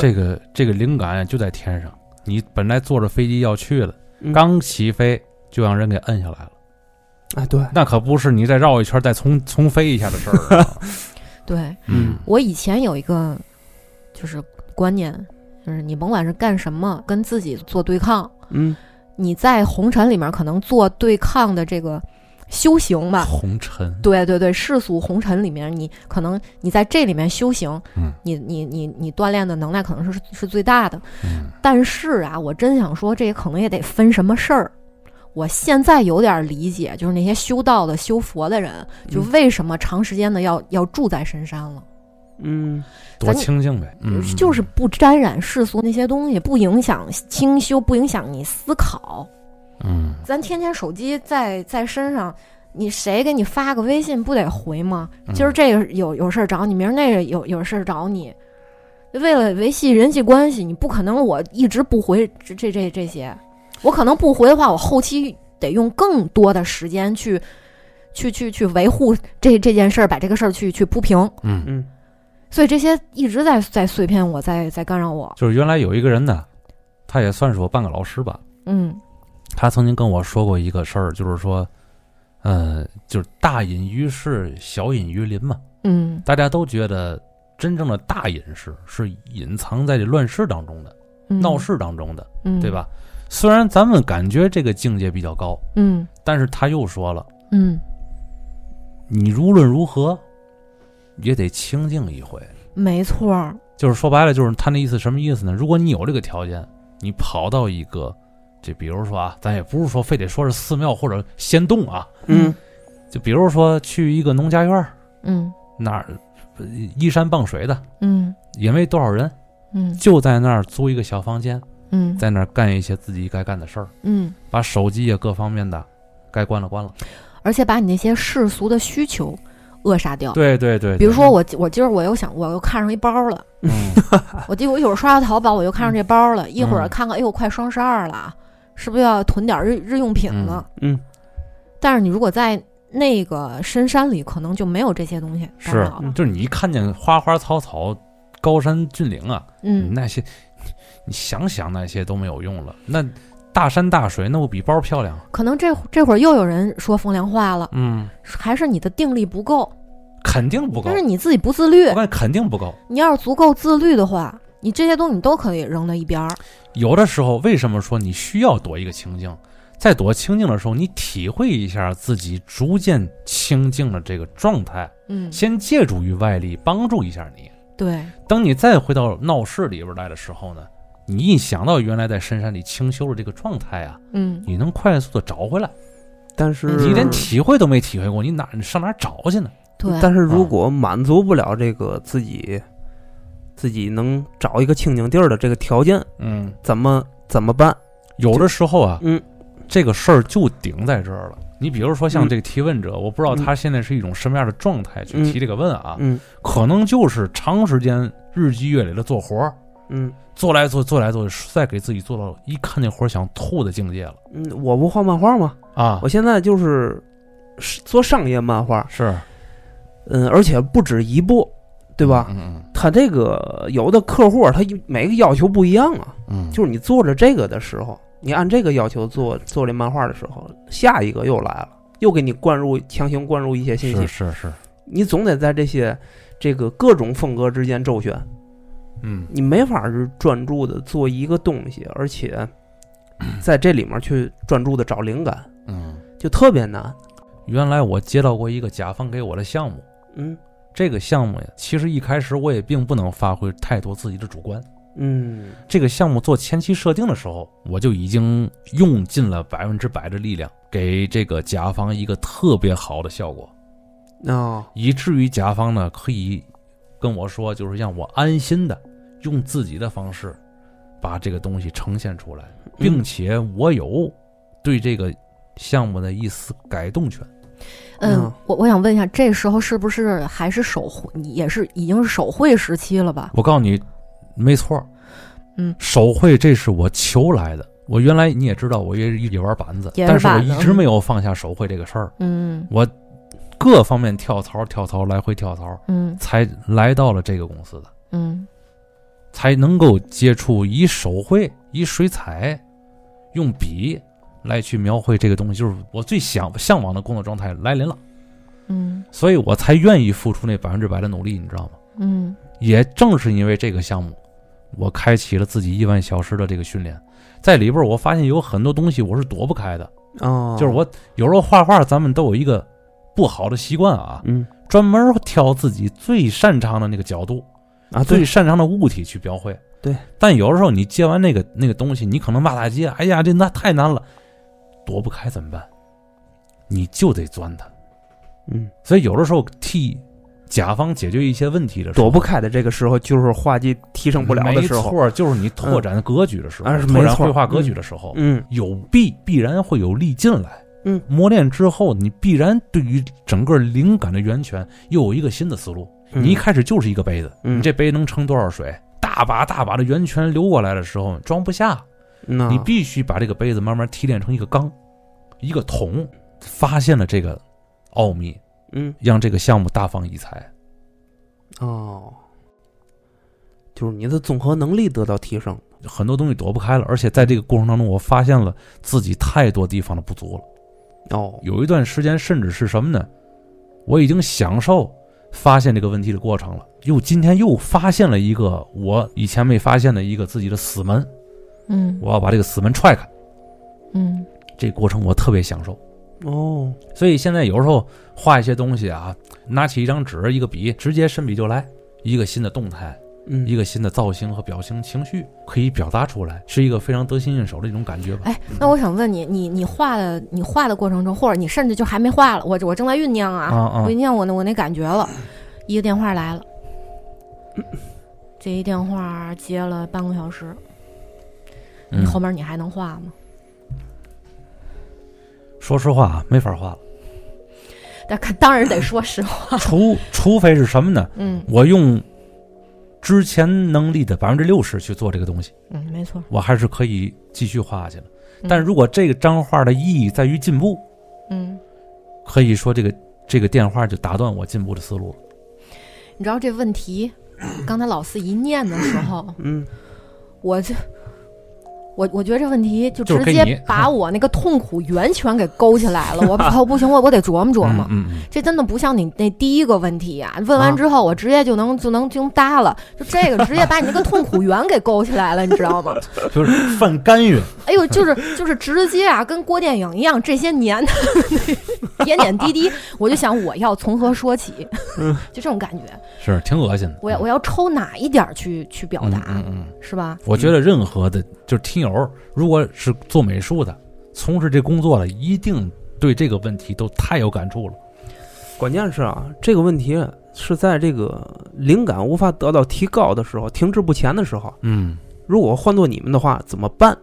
Speaker 1: 这个这个灵感啊就在天上，你本来坐着飞机要去的，
Speaker 3: 嗯
Speaker 1: 刚起飞就让人给摁下来了，
Speaker 3: 哎，对，
Speaker 1: 那可不是你再绕一圈再重重飞一下的事儿啊。
Speaker 2: 对
Speaker 1: 嗯
Speaker 2: 我以前有一个就是观念，就是你甭管是干什么，跟自己做对抗，
Speaker 3: 嗯，
Speaker 2: 你在红尘里面可能做对抗的这个修行吧。
Speaker 1: 红尘，
Speaker 2: 对对对，世俗红尘里面，你可能你在这里面修行，
Speaker 1: 嗯
Speaker 2: 你你你你锻炼的能量可能是是最大的，
Speaker 1: 嗯
Speaker 2: 但是啊，我真想说，这也可能也得分什么事儿。我现在有点理解，就是那些修道的、修佛的人，就
Speaker 3: 嗯
Speaker 2: 为什么长时间的要要住在深山了。
Speaker 3: 嗯
Speaker 1: 多
Speaker 2: 咱
Speaker 1: 清静呗，嗯，
Speaker 2: 就是不沾染世俗那些东西，不影响清修，不影响你思考。
Speaker 1: 嗯，
Speaker 2: 咱天天手机在在身上，你谁给你发个微信不得回吗？
Speaker 1: 嗯
Speaker 2: 今儿这个有有事儿找你，明儿那个有有事儿找你。为了维系人际关系，你不可能我一直不回这这这这些，我可能不回的话，我后期得用更多的时间去去去去维护这这件事儿，把这个事儿去去铺平。
Speaker 1: 嗯，
Speaker 3: 嗯
Speaker 2: 所以这些一直在在碎片我，在在干扰我。
Speaker 1: 就是原来有一个人呢，他也算是我半个老师吧，
Speaker 2: 嗯
Speaker 1: 他曾经跟我说过一个事儿，就是说，呃，就是大隐于市，小隐于林嘛。
Speaker 2: 嗯
Speaker 1: 大家都觉得真正的大隐士是隐藏在这乱世当中的、
Speaker 2: 嗯，
Speaker 1: 闹市当中的，
Speaker 2: 嗯，
Speaker 1: 对吧？虽然咱们感觉这个境界比较高，
Speaker 2: 嗯？
Speaker 1: 但是他又说了，
Speaker 2: 嗯
Speaker 1: 你无论如何也得清静一回。
Speaker 2: 嗯，没错儿。
Speaker 1: 就是说白了，就是他那意思什么意思呢？如果你有这个条件，你跑到一个这，比如说啊，咱也不是说非得说是寺庙或者仙洞啊，
Speaker 3: 嗯
Speaker 1: 就比如说去一个农家院儿
Speaker 2: 嗯
Speaker 1: 那儿呃依山傍水的，
Speaker 2: 嗯
Speaker 1: 也没多少人，
Speaker 2: 嗯
Speaker 1: 就在那儿租一个小房间，
Speaker 2: 嗯
Speaker 1: 在那儿干一些自己该干的事儿，
Speaker 2: 嗯，
Speaker 1: 把手机啊各方面的该关了关了。
Speaker 2: 而且把你那些世俗的需求扼杀掉。
Speaker 1: 对对对，嗯
Speaker 2: 比如说我我今儿我又想我又看上一包了，
Speaker 1: 对，
Speaker 2: 我记得我一会儿刷刷淘宝我又看上这包了，一会儿
Speaker 1: 啊嗯
Speaker 2: 看看哎呦快双十二了，是不是要囤点儿日日用品了？
Speaker 3: 嗯，
Speaker 2: 但是你如果在那个深山里，可能就没有这些东西嗯干
Speaker 1: 是嗯
Speaker 2: 扰了。
Speaker 1: 就是你一看见花花草草、高山峻岭啊，你
Speaker 2: 嗯，
Speaker 1: 那些你你想想那些都没有用了。那大山大水，那不比包漂亮？啊
Speaker 2: 可能这这会儿又有人说风凉话了，
Speaker 1: 嗯，
Speaker 2: 还是你的定力不够，
Speaker 1: 肯定不够
Speaker 2: 但。是你自己不自律
Speaker 1: 我。感觉肯定不够。
Speaker 2: 你要是足够自律的话，你这些东西你都可以扔到一边儿。
Speaker 1: 有的时候，为什么说你需要躲一个清静？在躲清静的时候，你体会一下自己逐渐清静的这个状态，
Speaker 2: 嗯，
Speaker 1: 先借助于外力帮助一下你。
Speaker 2: 对，
Speaker 1: 当你再回到闹市里边来的时候呢，你一想到原来在深山里清修的这个状态啊，
Speaker 2: 嗯，
Speaker 1: 你能快速的找回来。
Speaker 3: 但是
Speaker 1: 你连体会都没体会过，你哪你上哪儿找去呢？
Speaker 2: 对，
Speaker 3: 但是如果满足不了这个自己，自己能找一个清静地儿的这个条件，
Speaker 1: 嗯，
Speaker 3: 怎么怎么办？
Speaker 1: 有的时候啊，
Speaker 3: 嗯，
Speaker 1: 这个事儿就顶在这儿了。你比如说像
Speaker 3: 嗯
Speaker 1: 这个提问者，我不知道
Speaker 3: 嗯
Speaker 1: 他现在是一种什么样的状态去提这个问啊，
Speaker 3: 嗯
Speaker 1: 可能就是长时间日积月累的做活儿，
Speaker 3: 嗯
Speaker 1: 做来做做来做，去，实在给自己做到一看见活儿想吐的境界了
Speaker 3: 嗯，我不画漫画吗？
Speaker 1: 啊
Speaker 3: 我！现在就是是做商业漫画，
Speaker 1: 是，
Speaker 3: 嗯，而且不止一部，对吧？
Speaker 1: 嗯嗯
Speaker 3: 他这个有的客户他每个要求不一样啊，
Speaker 1: 嗯，
Speaker 3: 就是你做着这个的时候，你按这个要求做做这漫画的时候，下一个又来了，又给你灌入强行灌入一些信
Speaker 1: 是
Speaker 3: 息，
Speaker 1: 是是，
Speaker 3: 你总得在这些这个各种风格之间周旋，
Speaker 1: 嗯
Speaker 3: 你没法儿专注的做一个东西，而且在这里面去专注的找灵感，
Speaker 1: 嗯。
Speaker 3: 就特别难。
Speaker 1: 原来我接到过一个甲方给我的项目，
Speaker 3: 嗯
Speaker 1: 这个项目呀，其实一开始我也并不能发挥太多自己的主观。
Speaker 3: 嗯
Speaker 1: 这个项目做前期设定的时候，我就已经用尽了百分之百的力量，给这个甲方一个特别好的效果，
Speaker 3: 哦，
Speaker 1: 以至于甲方呢可以跟我说，就是让我安心的用自己的方式把这个东西呈现出来，
Speaker 3: 嗯
Speaker 1: 并且我有对这个项目的一丝改动权。
Speaker 2: 嗯
Speaker 3: 嗯，
Speaker 2: 我我想问一下，这时候是不是还是手绘，也是已经是手绘时期了吧？
Speaker 1: 我告诉你，没错儿，
Speaker 2: 嗯
Speaker 1: 手绘这是我求来的。我原来你也知道，我也也玩板子，
Speaker 2: 也
Speaker 1: 但
Speaker 2: 玩
Speaker 1: 是我
Speaker 2: 板子
Speaker 1: 一直没有放下手绘这个事儿，
Speaker 2: 嗯
Speaker 1: 各方面跳槽、跳槽、来回跳槽，
Speaker 2: 嗯
Speaker 1: 才来到了这个公司的，
Speaker 2: 嗯
Speaker 1: 才能够接触以手绘、以水彩、用笔来去描绘这个东西，就是我最想向往的工作状态来临了，
Speaker 2: 嗯
Speaker 1: 所以我才愿意付出那百分之百的努力，你知道吗？
Speaker 2: 嗯
Speaker 1: 也正是因为这个项目，我开启了自己亿万小时的这个训练，在里边儿我发现有很多东西我是躲不开的，
Speaker 3: 哦，
Speaker 1: 就是我有时候画画，咱们都有一个不好的习惯啊，
Speaker 3: 嗯
Speaker 1: 专门挑自己最擅长的那个角度、
Speaker 3: 啊，
Speaker 1: 最
Speaker 3: 对，
Speaker 1: 擅长的物体去描绘。
Speaker 3: 对，
Speaker 1: 但有的时候你接完那个那个东西，你可能骂大街，哎呀，这那太难了。躲不开怎么办？你就得钻它。
Speaker 3: 嗯，
Speaker 1: 所以有的时候替甲方解决一些问题的时候，
Speaker 3: 躲不开的这个时候就是画技提升不了的时
Speaker 1: 没
Speaker 3: 候。
Speaker 1: 错，就是你拓展格局的时候，
Speaker 3: 嗯啊是
Speaker 1: 拓
Speaker 3: 没
Speaker 1: 展
Speaker 3: 错
Speaker 1: 绘画格局的时候，
Speaker 3: 嗯
Speaker 1: 有必必然会有力进来。
Speaker 3: 嗯，
Speaker 1: 磨练之后，你必然对于整个灵感的源泉又有一个新的思路。
Speaker 3: 嗯
Speaker 1: 你一开始就是一个杯子，
Speaker 3: 嗯
Speaker 1: 你这杯能盛多少水？大把大把的源泉流过来的时候，装不下，
Speaker 3: 那
Speaker 1: 你必须把这个杯子慢慢提炼成一个缸，一个桶。发现了这个奥秘，
Speaker 3: 嗯
Speaker 1: 让这个项目大放异彩。
Speaker 3: 哦，就是你的综合能力得到提升。
Speaker 1: 很多东西躲不开了，而且在这个过程当中，我发现了自己太多地方的不足了。
Speaker 3: 哦，
Speaker 1: 有一段时间，甚至是什么呢？我已经享受发现这个问题的过程了，又今天又发现了一个我以前没发现的一个自己的死门，
Speaker 2: 嗯
Speaker 1: 我要把这个死门踹开。
Speaker 2: 嗯
Speaker 1: 这过程我特别享受，
Speaker 3: 哦，
Speaker 1: 所以现在有时候画一些东西啊，拿起一张纸、一个笔，直接伸笔就来，一个新的动态，
Speaker 3: 嗯，
Speaker 1: 一个新的造型和表情、情绪可以表达出来，是一个非常得心应手的一种感觉吧。
Speaker 2: 哎，那我想问你，你你画的你画的过程中，或者你甚至就还没画了，我我正在酝酿啊，
Speaker 1: 啊啊
Speaker 2: 我酝酿我那我那感觉了，一个电话来了，这一电话接了半个小时，你
Speaker 1: 嗯
Speaker 2: 后面你还能画吗？
Speaker 1: 说实话啊，没法 画了，
Speaker 2: 但可当然得说实话，
Speaker 1: 除除非是什么呢？
Speaker 2: 嗯
Speaker 1: 我用之前能力的百分之六十去做这个东西，
Speaker 2: 嗯，没错。
Speaker 1: 我还是可以继续画下去的。
Speaker 2: 嗯
Speaker 1: 但如果这个张画的意义在于进步，
Speaker 2: 嗯，
Speaker 1: 可以说这个这个电话就打断我进步的思路了。
Speaker 2: 你知道这问题， 刚才老四一念的时 候，
Speaker 3: 嗯
Speaker 2: 我这。我我觉得这问题就
Speaker 1: 就是
Speaker 2: 直
Speaker 1: 给
Speaker 2: 接
Speaker 1: 你
Speaker 2: 把我那个痛苦源泉给勾起 来了，我靠，不行，我我得琢磨琢磨。
Speaker 1: 嗯嗯
Speaker 2: 这真的不像你那第一个问题呀、问完
Speaker 3: 啊
Speaker 2: 之后，我直接就能就能就能 搭了，就这个直接把你那个痛苦源给勾起来了，你知 道吗？
Speaker 1: 嗯，就是 犯干预。
Speaker 2: 哎呦，就是就是直接啊，跟郭电影一样，这些年点点滴滴，我就想我要从何说起，
Speaker 1: 嗯
Speaker 2: 就这种感觉，
Speaker 1: 是挺恶心的。
Speaker 2: 我要我要抽哪一点儿去去表
Speaker 1: 嗯
Speaker 2: 达，
Speaker 1: 嗯嗯，
Speaker 2: 是吧？
Speaker 1: 我觉得任何的，就是听友，如果是做美术的，从事这工作的，一定对这个问题都太有感触了。
Speaker 3: 关键是啊，这个问题是在这个灵感无法得到提高的时候，停滞不前的时候，
Speaker 1: 嗯，
Speaker 3: 如果换做你们的话，怎么办？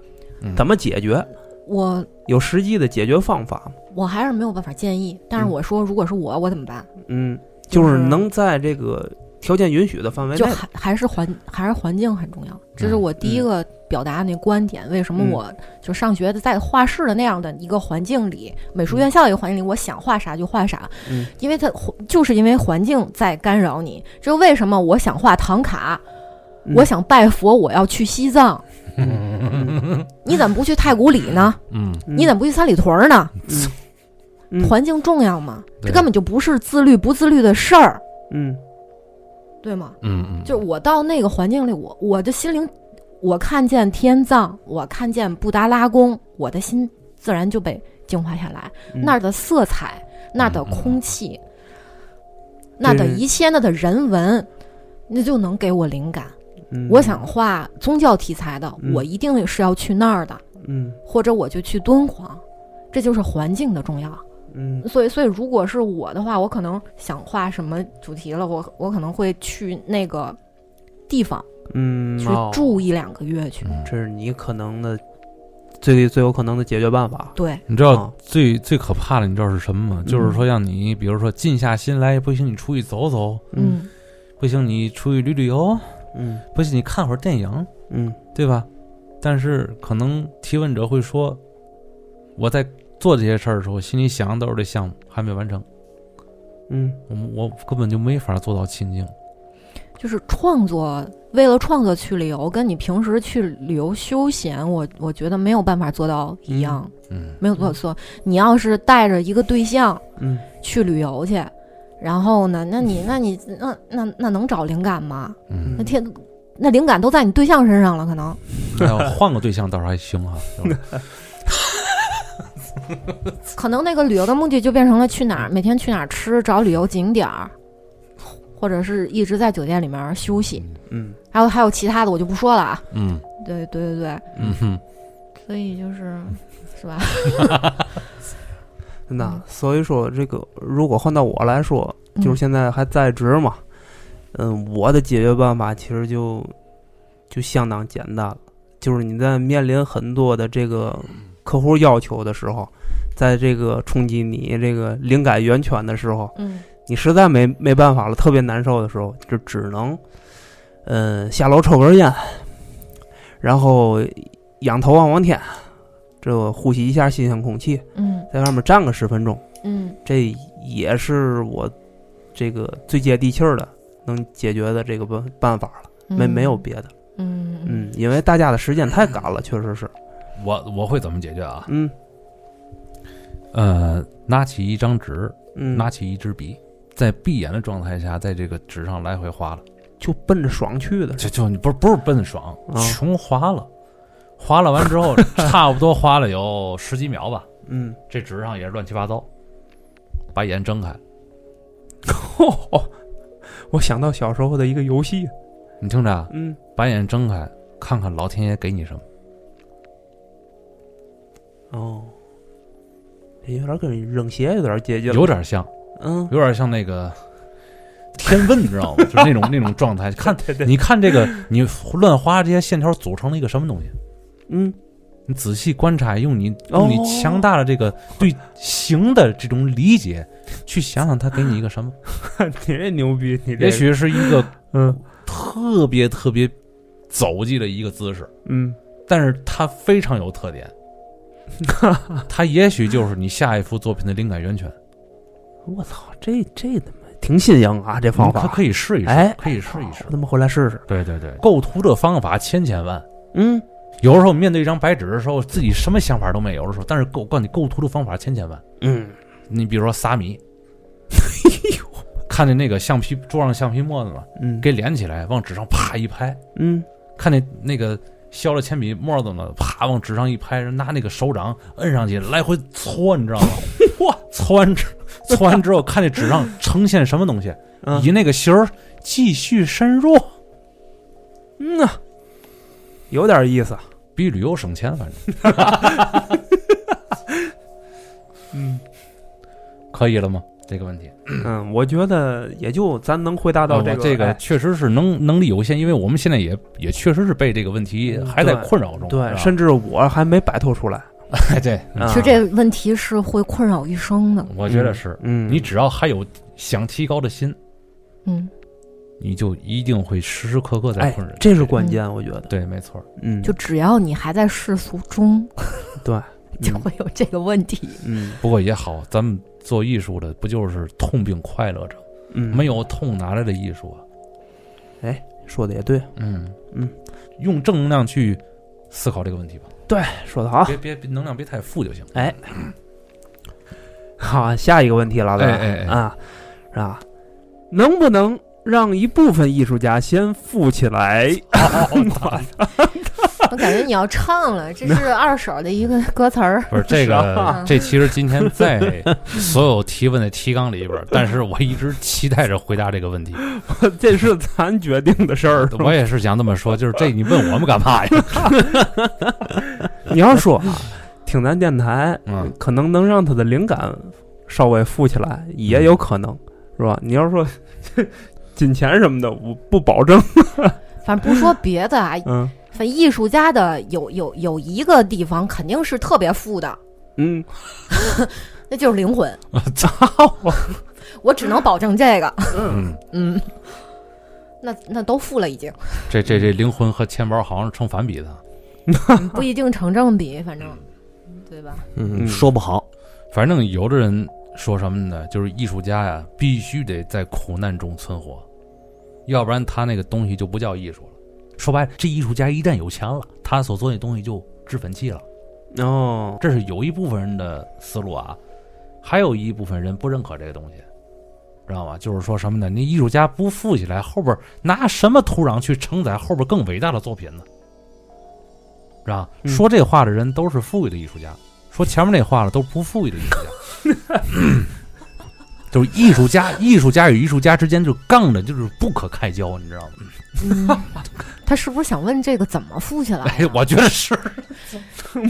Speaker 1: 嗯
Speaker 3: 怎么解决？
Speaker 2: 我
Speaker 3: 有实际的解决方法吗？
Speaker 2: 我还是没有办法建议，但是
Speaker 3: 嗯
Speaker 2: 我说，如果是我，我怎么办？
Speaker 3: 嗯，就
Speaker 2: 就是
Speaker 3: 是能在这个条件允许的范围
Speaker 2: 就
Speaker 3: 内。
Speaker 2: 还还是环还是环境很重要，这是
Speaker 1: 嗯
Speaker 2: 我第一
Speaker 3: 嗯
Speaker 2: 个表达那观点。为什么
Speaker 3: 嗯
Speaker 2: 我就上学的在画室的那样的一个环境里，美术院校一个环境里，我想画啥就画啥，
Speaker 3: 嗯
Speaker 2: 因为它就是因为环境在干扰你。这就为什么我想画唐卡，
Speaker 3: 嗯
Speaker 2: 我想拜佛，我要去西 藏，
Speaker 3: 嗯
Speaker 2: 你怎么不去太古里呢？
Speaker 1: 嗯，
Speaker 2: 你怎么不去三里屯呢？
Speaker 3: 嗯
Speaker 2: 环境重要吗？这
Speaker 1: 对
Speaker 2: 根本就不是自律不自律的事儿，
Speaker 3: 嗯
Speaker 2: 对吗？
Speaker 1: 嗯嗯，
Speaker 2: 就是我到那个环境里，我我的心灵，我看见天葬，我看见布达拉宫，我的心自然就被净化下来。
Speaker 3: 嗯
Speaker 2: 那儿的色彩，那儿的空气，那儿的
Speaker 3: 对
Speaker 2: 一切，那儿的人文，那就能给我灵感。
Speaker 3: 嗯
Speaker 2: 我想画宗教题材的，
Speaker 3: 嗯
Speaker 2: 我一定是要去那儿的，
Speaker 3: 嗯
Speaker 2: 或者我就去敦煌。这就是环境的重要，
Speaker 3: 嗯
Speaker 2: 所以，所以如果是我的话，我可能想画什么主题了，我我可能会去那个地方，
Speaker 3: 嗯，
Speaker 2: 去
Speaker 3: 哦
Speaker 2: 住一两个月去。
Speaker 1: 嗯
Speaker 3: 这是你可能的最最有可能的解决办法。
Speaker 2: 对，
Speaker 1: 你知道
Speaker 2: 哦
Speaker 3: 啊
Speaker 1: 最最可怕的，你知道是什么吗？就是说让你，比如说静下心来，不行你出去走走，
Speaker 2: 嗯
Speaker 1: 不行你出去旅旅游，
Speaker 3: 嗯
Speaker 1: 不行你看会儿电影，
Speaker 3: 嗯
Speaker 1: 对吧？但是可能提问者会说，我在做这些事儿的时候，心里想的都是这项目还没完成，
Speaker 3: 嗯
Speaker 1: 我我根本就没法做到清净。
Speaker 2: 就是创作，为了创作去旅游，跟你平时去旅游休闲，我我觉得没有办法做到一样，
Speaker 1: 嗯，
Speaker 2: 没有做到做。你要是带着一个对象
Speaker 3: 嗯
Speaker 2: 去旅游去，然后呢，那你那你那那那能找灵感吗？
Speaker 1: 嗯，
Speaker 2: 那天。那灵感都在你对象身上了，可能
Speaker 1: 那要 换个对象倒是还行哈、
Speaker 2: 可能那个旅游的目的就变成了去哪儿，每天去哪儿吃，找旅游景点儿，或者是一直在酒店里面休息。
Speaker 3: 嗯
Speaker 2: 还有还有其他的，我就不说了啊。
Speaker 1: 嗯
Speaker 2: 对对对对，
Speaker 1: 嗯哼，
Speaker 2: 所以就是是吧？
Speaker 3: 真的
Speaker 2: 嗯。
Speaker 3: 所以说，这个如果换到我来说， 就是现在还在职嘛，嗯，我的解决办法其实就就相当简单了，就是你在面临很多的这个客户要求的时候，在这个冲击你这个灵感源泉的时候，
Speaker 2: 嗯
Speaker 3: 你实在没没办法了，特别难受的时候，就只能，嗯、下楼抽根烟，然后仰头望望天，这呼吸一下新鲜空气，
Speaker 2: 嗯
Speaker 3: 在外面站个十分钟，
Speaker 2: 嗯
Speaker 3: 这也是我这个最接地气儿的能解决的这个办办法了，
Speaker 2: 嗯，
Speaker 3: 没没有别的，
Speaker 2: 嗯
Speaker 3: 嗯，因为大家的时间太赶了，确实是，
Speaker 1: 我我会怎么解决啊？
Speaker 3: 嗯
Speaker 1: 呃，拿起一张纸，
Speaker 3: 嗯，
Speaker 1: 拿起一支笔，在闭眼的状态下，在这个纸上来回划拉，
Speaker 3: 就奔着爽去的，
Speaker 1: 就就你不是不是奔爽，
Speaker 3: 啊
Speaker 1: 穷划了，划了完之后， 差不多划了有十几秒吧，
Speaker 3: 嗯，
Speaker 1: 这纸上也是乱七八糟，把眼睁开，
Speaker 3: 哦我想到小时候的一个游戏，
Speaker 1: 你听着啊，
Speaker 3: 嗯，
Speaker 1: 把眼睁开，看看老天爷给你什么。
Speaker 3: 哦，这有点跟扔鞋有点接近了，
Speaker 1: 有，点像，
Speaker 3: 嗯，
Speaker 1: 有点像那个天问，你知道吗？就是那种那种状态。看，你看这个，你乱花这些线条组成了一个什么东西？
Speaker 3: 嗯，
Speaker 1: 你仔细观察，用你
Speaker 3: 哦
Speaker 1: 用你强大的这个对形的这种理解，去想想它给你一个什么？
Speaker 3: 你这牛逼，你这，
Speaker 1: 也，许是一个
Speaker 3: 嗯
Speaker 1: 特别特别走技的一个姿势，
Speaker 3: 嗯，
Speaker 1: 但是它非常有特点。它也许就是你下一幅作品的灵感源泉。
Speaker 3: 我操，这这他妈挺新颖啊，这方
Speaker 1: 它
Speaker 3: 法，
Speaker 1: 可以试一试，
Speaker 3: 哎
Speaker 1: 可以试一试
Speaker 3: 我。他妈回来试试，
Speaker 1: 对对对，构图的方法千千万。
Speaker 3: 嗯，
Speaker 1: 有时候面对一张白纸的时候，自己什么想法都没有的时候，但是构我告诉你，构图的方法千千万。
Speaker 3: 嗯，
Speaker 1: 你比如说撒米，看见那个橡皮桌上橡皮沫子了，
Speaker 3: 嗯，
Speaker 1: 给连起来，往纸上啪一拍；
Speaker 3: 嗯，
Speaker 1: 看见那个削了铅笔沫子呢，啪往纸上一拍，拿那个手掌摁上去，来回搓，你知道吗？哇，搓完之搓完之后，看这纸上呈现什么东西，
Speaker 3: 嗯
Speaker 1: 以那个形儿继续深入，
Speaker 3: 嗯呐，有点意思，
Speaker 1: 比旅游省钱，反正。
Speaker 3: 嗯
Speaker 1: 可以了吗？这个问题，
Speaker 3: 嗯，我觉得也就咱能回答到
Speaker 1: 啊哦这
Speaker 3: 这
Speaker 1: 个、
Speaker 3: 个，哎
Speaker 1: 确实是能能力有限，因为我们现在也也确实是被这个问题
Speaker 3: 嗯
Speaker 1: 还在
Speaker 3: 对
Speaker 1: 困扰中，
Speaker 3: 对，
Speaker 1: 是吧
Speaker 3: 甚至我还没摆脱出来，
Speaker 1: 哎 对，
Speaker 3: 啊
Speaker 2: 其实这问题是会困扰一生的。
Speaker 1: 我觉得是，
Speaker 3: 嗯，
Speaker 1: 你只要还有想提高的心，
Speaker 2: 嗯，
Speaker 1: 你就一定会时时刻刻在
Speaker 3: 哎
Speaker 1: 困扰，，
Speaker 3: 这是关键，我觉得，
Speaker 1: 对，没错，
Speaker 3: 嗯，
Speaker 2: 就只要你还在世俗中，就
Speaker 3: 嗯
Speaker 2: 会有这个问题。
Speaker 3: 嗯
Speaker 1: 不过也好，咱们做艺术的不就是痛并快乐着？
Speaker 3: 嗯，
Speaker 1: 没有痛哪来的艺术啊？
Speaker 3: 说的也对，
Speaker 1: 嗯
Speaker 3: 嗯，
Speaker 1: 用正能量去思考这个问题吧，
Speaker 3: 说的好，
Speaker 1: 别别别能量别太负就行。
Speaker 3: 哎，好，下一个问题了，对吧？
Speaker 1: 哎哎哎
Speaker 3: 啊，是吧？能不能让一部分艺术家先富起来？
Speaker 1: 哦
Speaker 2: 我感觉你要唱了，这是二婶儿的一个歌词儿。
Speaker 1: 不是这
Speaker 3: 是
Speaker 1: 个
Speaker 2: 吧，
Speaker 1: 这其实今天在所有提问的提纲里边儿，但是我一直期待着回答这个问题。
Speaker 3: 这是咱决定的事儿。是吧
Speaker 1: 我也是想这么说，就是这你问我们干嘛呀？
Speaker 3: 你要说啊，听咱电台，
Speaker 1: 嗯
Speaker 3: 可能能让他的灵感稍微富起来，也有可能，是吧？你要说金钱什么的，我不保证。
Speaker 2: 反正不说别的啊，
Speaker 3: 嗯
Speaker 2: 反正艺术家的有有有一个地方肯定是特别富的，
Speaker 3: 嗯，
Speaker 2: 那就是灵魂。
Speaker 1: 操！
Speaker 2: 我只能保证这 个。
Speaker 1: 嗯，
Speaker 2: 嗯，那那都富了已 经，
Speaker 1: 这这这灵魂和钱包好像是成反比的。
Speaker 2: 不一定成正比，反正对吧？
Speaker 4: 嗯，说不好，
Speaker 1: 反正有的人说什么呢？就是艺术家呀，必须得在苦难中存活，要不然他那个东西就不叫艺术了。说白了，这艺术家一旦有钱了，他所做的东西就脂粉气了。
Speaker 3: 哦，
Speaker 1: 这是有一部分人的思路啊，还有一部分人不认可这个东西，知道吗？就是说什么呢？你艺术家不富起来，后边拿什么土壤去承载后边更伟大的作品呢？是吧？
Speaker 3: 嗯
Speaker 1: 说这话的人都是富裕的艺术家，说前面那话的都是不富裕的艺术家。 就是艺术家，艺术家与艺术家之间就杠着，就是不可开交，你知道吗？
Speaker 2: 嗯，他他是不是想问这个怎么富起来？啊
Speaker 1: 哎， 我觉得是，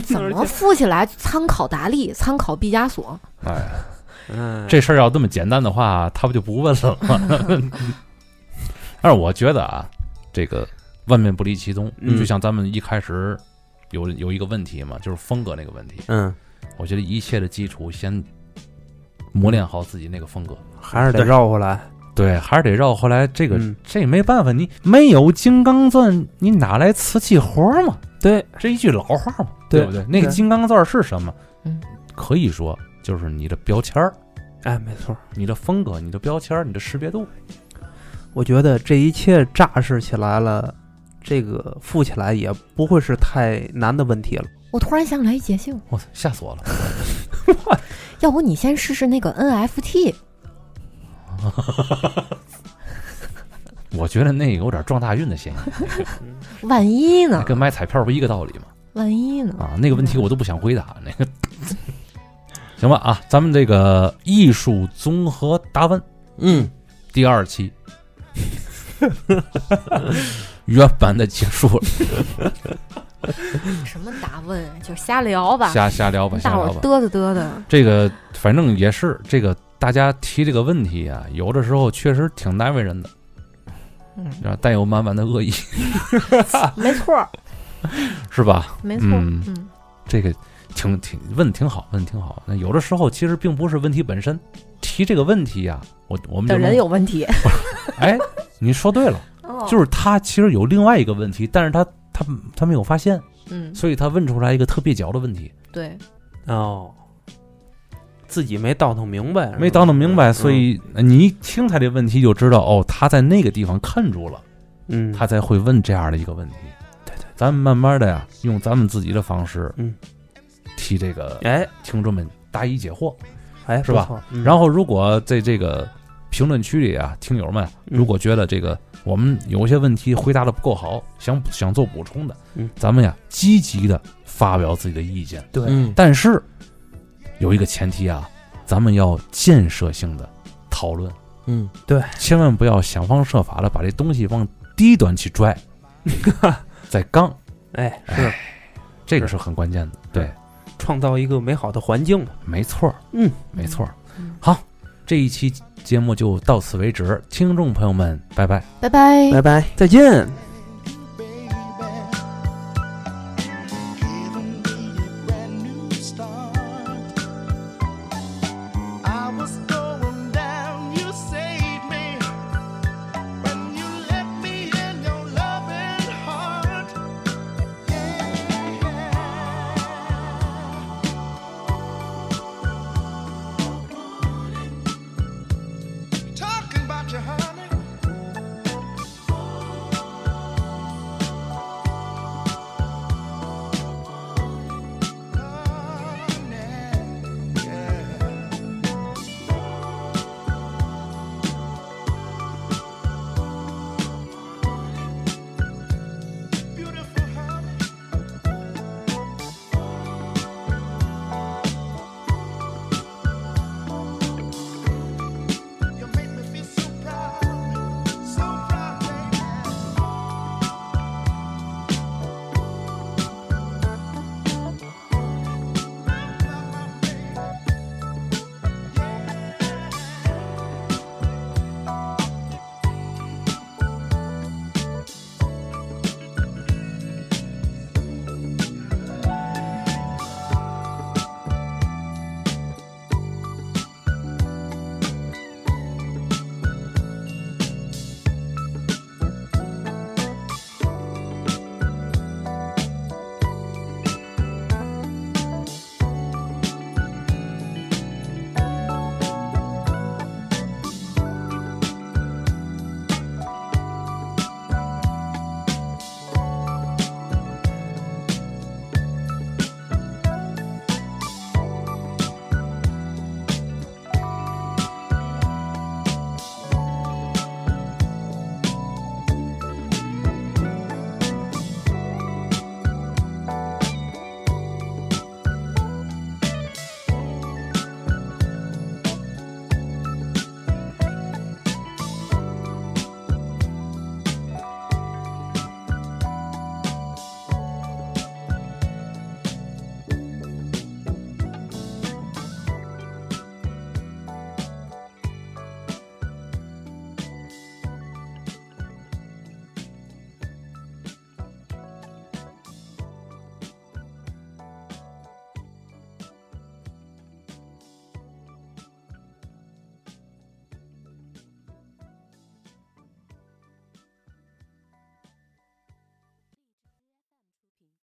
Speaker 2: 怎么富起来？参考达利，参考毕加索，
Speaker 1: 哎，
Speaker 3: 嗯，
Speaker 1: 这事儿要这么简单的话，他不就不问了 吗？但是我觉得啊，这个万变不离其宗，
Speaker 3: 嗯
Speaker 1: 就像咱们一开始有有一个问题嘛，就是风格那个问题。
Speaker 4: 嗯，
Speaker 1: 我觉得一切的基础先磨练好自己那个风格，
Speaker 3: 还是得
Speaker 4: 对
Speaker 3: 绕回来。
Speaker 1: 对，还是得绕回来。这个、
Speaker 3: 嗯
Speaker 1: 这没办法，你没有金刚钻，你哪来瓷器活儿嘛？
Speaker 3: 对，
Speaker 1: 这一句老话嘛，
Speaker 3: 对
Speaker 1: 不对？那个
Speaker 3: 对
Speaker 1: 金刚钻是什么？
Speaker 2: 嗯，
Speaker 1: 可以说就是你的标签儿、
Speaker 3: 哎，没错，
Speaker 1: 你的风格、你的标签儿、你的识别度。
Speaker 3: 我觉得这一切扎实起来了，这个富起来也不会是太难的问题了。
Speaker 2: 我突然想起来一捷径，
Speaker 1: 我操，吓死我了！
Speaker 2: 要不你先试试那个 NFT？
Speaker 1: 我觉得那有点撞大运的 嫌疑，
Speaker 2: 万一
Speaker 1: 那
Speaker 2: 呢？
Speaker 1: 跟买彩票不一个道理吗？
Speaker 2: 万一呢？
Speaker 1: 啊，那个问题我都不想回答。那个， 行吧啊，咱们这个艺术综合答问
Speaker 4: 嗯，
Speaker 1: 第二 期，圆满的结束了，
Speaker 2: 什么答问啊？就瞎聊吧，
Speaker 1: 瞎瞎聊吧，
Speaker 2: 跟
Speaker 1: 瞎
Speaker 2: 大伙
Speaker 1: 聊
Speaker 2: 儿
Speaker 1: 吧。
Speaker 2: 嘚嘚嘚嘚。
Speaker 1: 这个反正也是这个，大家提这个问题啊，有的时候确实挺难为人的，
Speaker 2: 嗯，
Speaker 1: 啊，带有满满的恶意，
Speaker 2: 没错儿，
Speaker 1: 是吧？
Speaker 2: 没错儿。
Speaker 1: 嗯
Speaker 2: 嗯，
Speaker 1: 这个挺挺问得挺好，问得挺好。那有的时候其实并不是问题本身，提这个问题啊，我我们就
Speaker 2: 的人
Speaker 1: 能
Speaker 2: 有问题，
Speaker 1: 哎，你说对了，
Speaker 2: 哦
Speaker 1: 就是他其实有另外一个问题，但是他他他没有发现，
Speaker 2: 嗯，
Speaker 1: 所以他问出来一个特蹩脚的问题，
Speaker 2: 对，
Speaker 3: 哦，自己没倒腾明白，
Speaker 1: 没当弄明白，所以你一听他这问题就知道哦，他在那个地方看住了。
Speaker 3: 嗯，
Speaker 1: 他才会问这样的一个问题。对对，咱们慢慢的呀，用咱们自己的方式，
Speaker 3: 嗯，
Speaker 1: 替这个
Speaker 3: 哎
Speaker 1: 听众们答疑解惑。
Speaker 3: 哎
Speaker 1: 是吧？
Speaker 3: 不错嗯
Speaker 1: 然后，如果在这个评论区里啊，听友们
Speaker 3: 嗯
Speaker 1: 如果觉得这个我们有些问题回答的不够好，想想做补充的，
Speaker 3: 嗯
Speaker 1: 咱们呀积极的发表自己的意见，
Speaker 3: 对，
Speaker 4: 嗯，
Speaker 1: 但是有一个前提啊，咱们要建设性的讨论。
Speaker 4: 嗯，
Speaker 1: 千万不要想方设法的把这东西往低端去拽，在杠，
Speaker 3: 哎，
Speaker 1: 哎
Speaker 3: 是
Speaker 1: 这个是很关键的。对，
Speaker 3: 创造一个美好的环境嘛。
Speaker 1: 没错儿，
Speaker 3: 嗯，
Speaker 1: 没错儿
Speaker 2: 嗯。
Speaker 1: 好，这一期节目就到此为止，听众朋友们，拜拜。
Speaker 2: 拜拜
Speaker 4: 拜拜。
Speaker 3: 再见。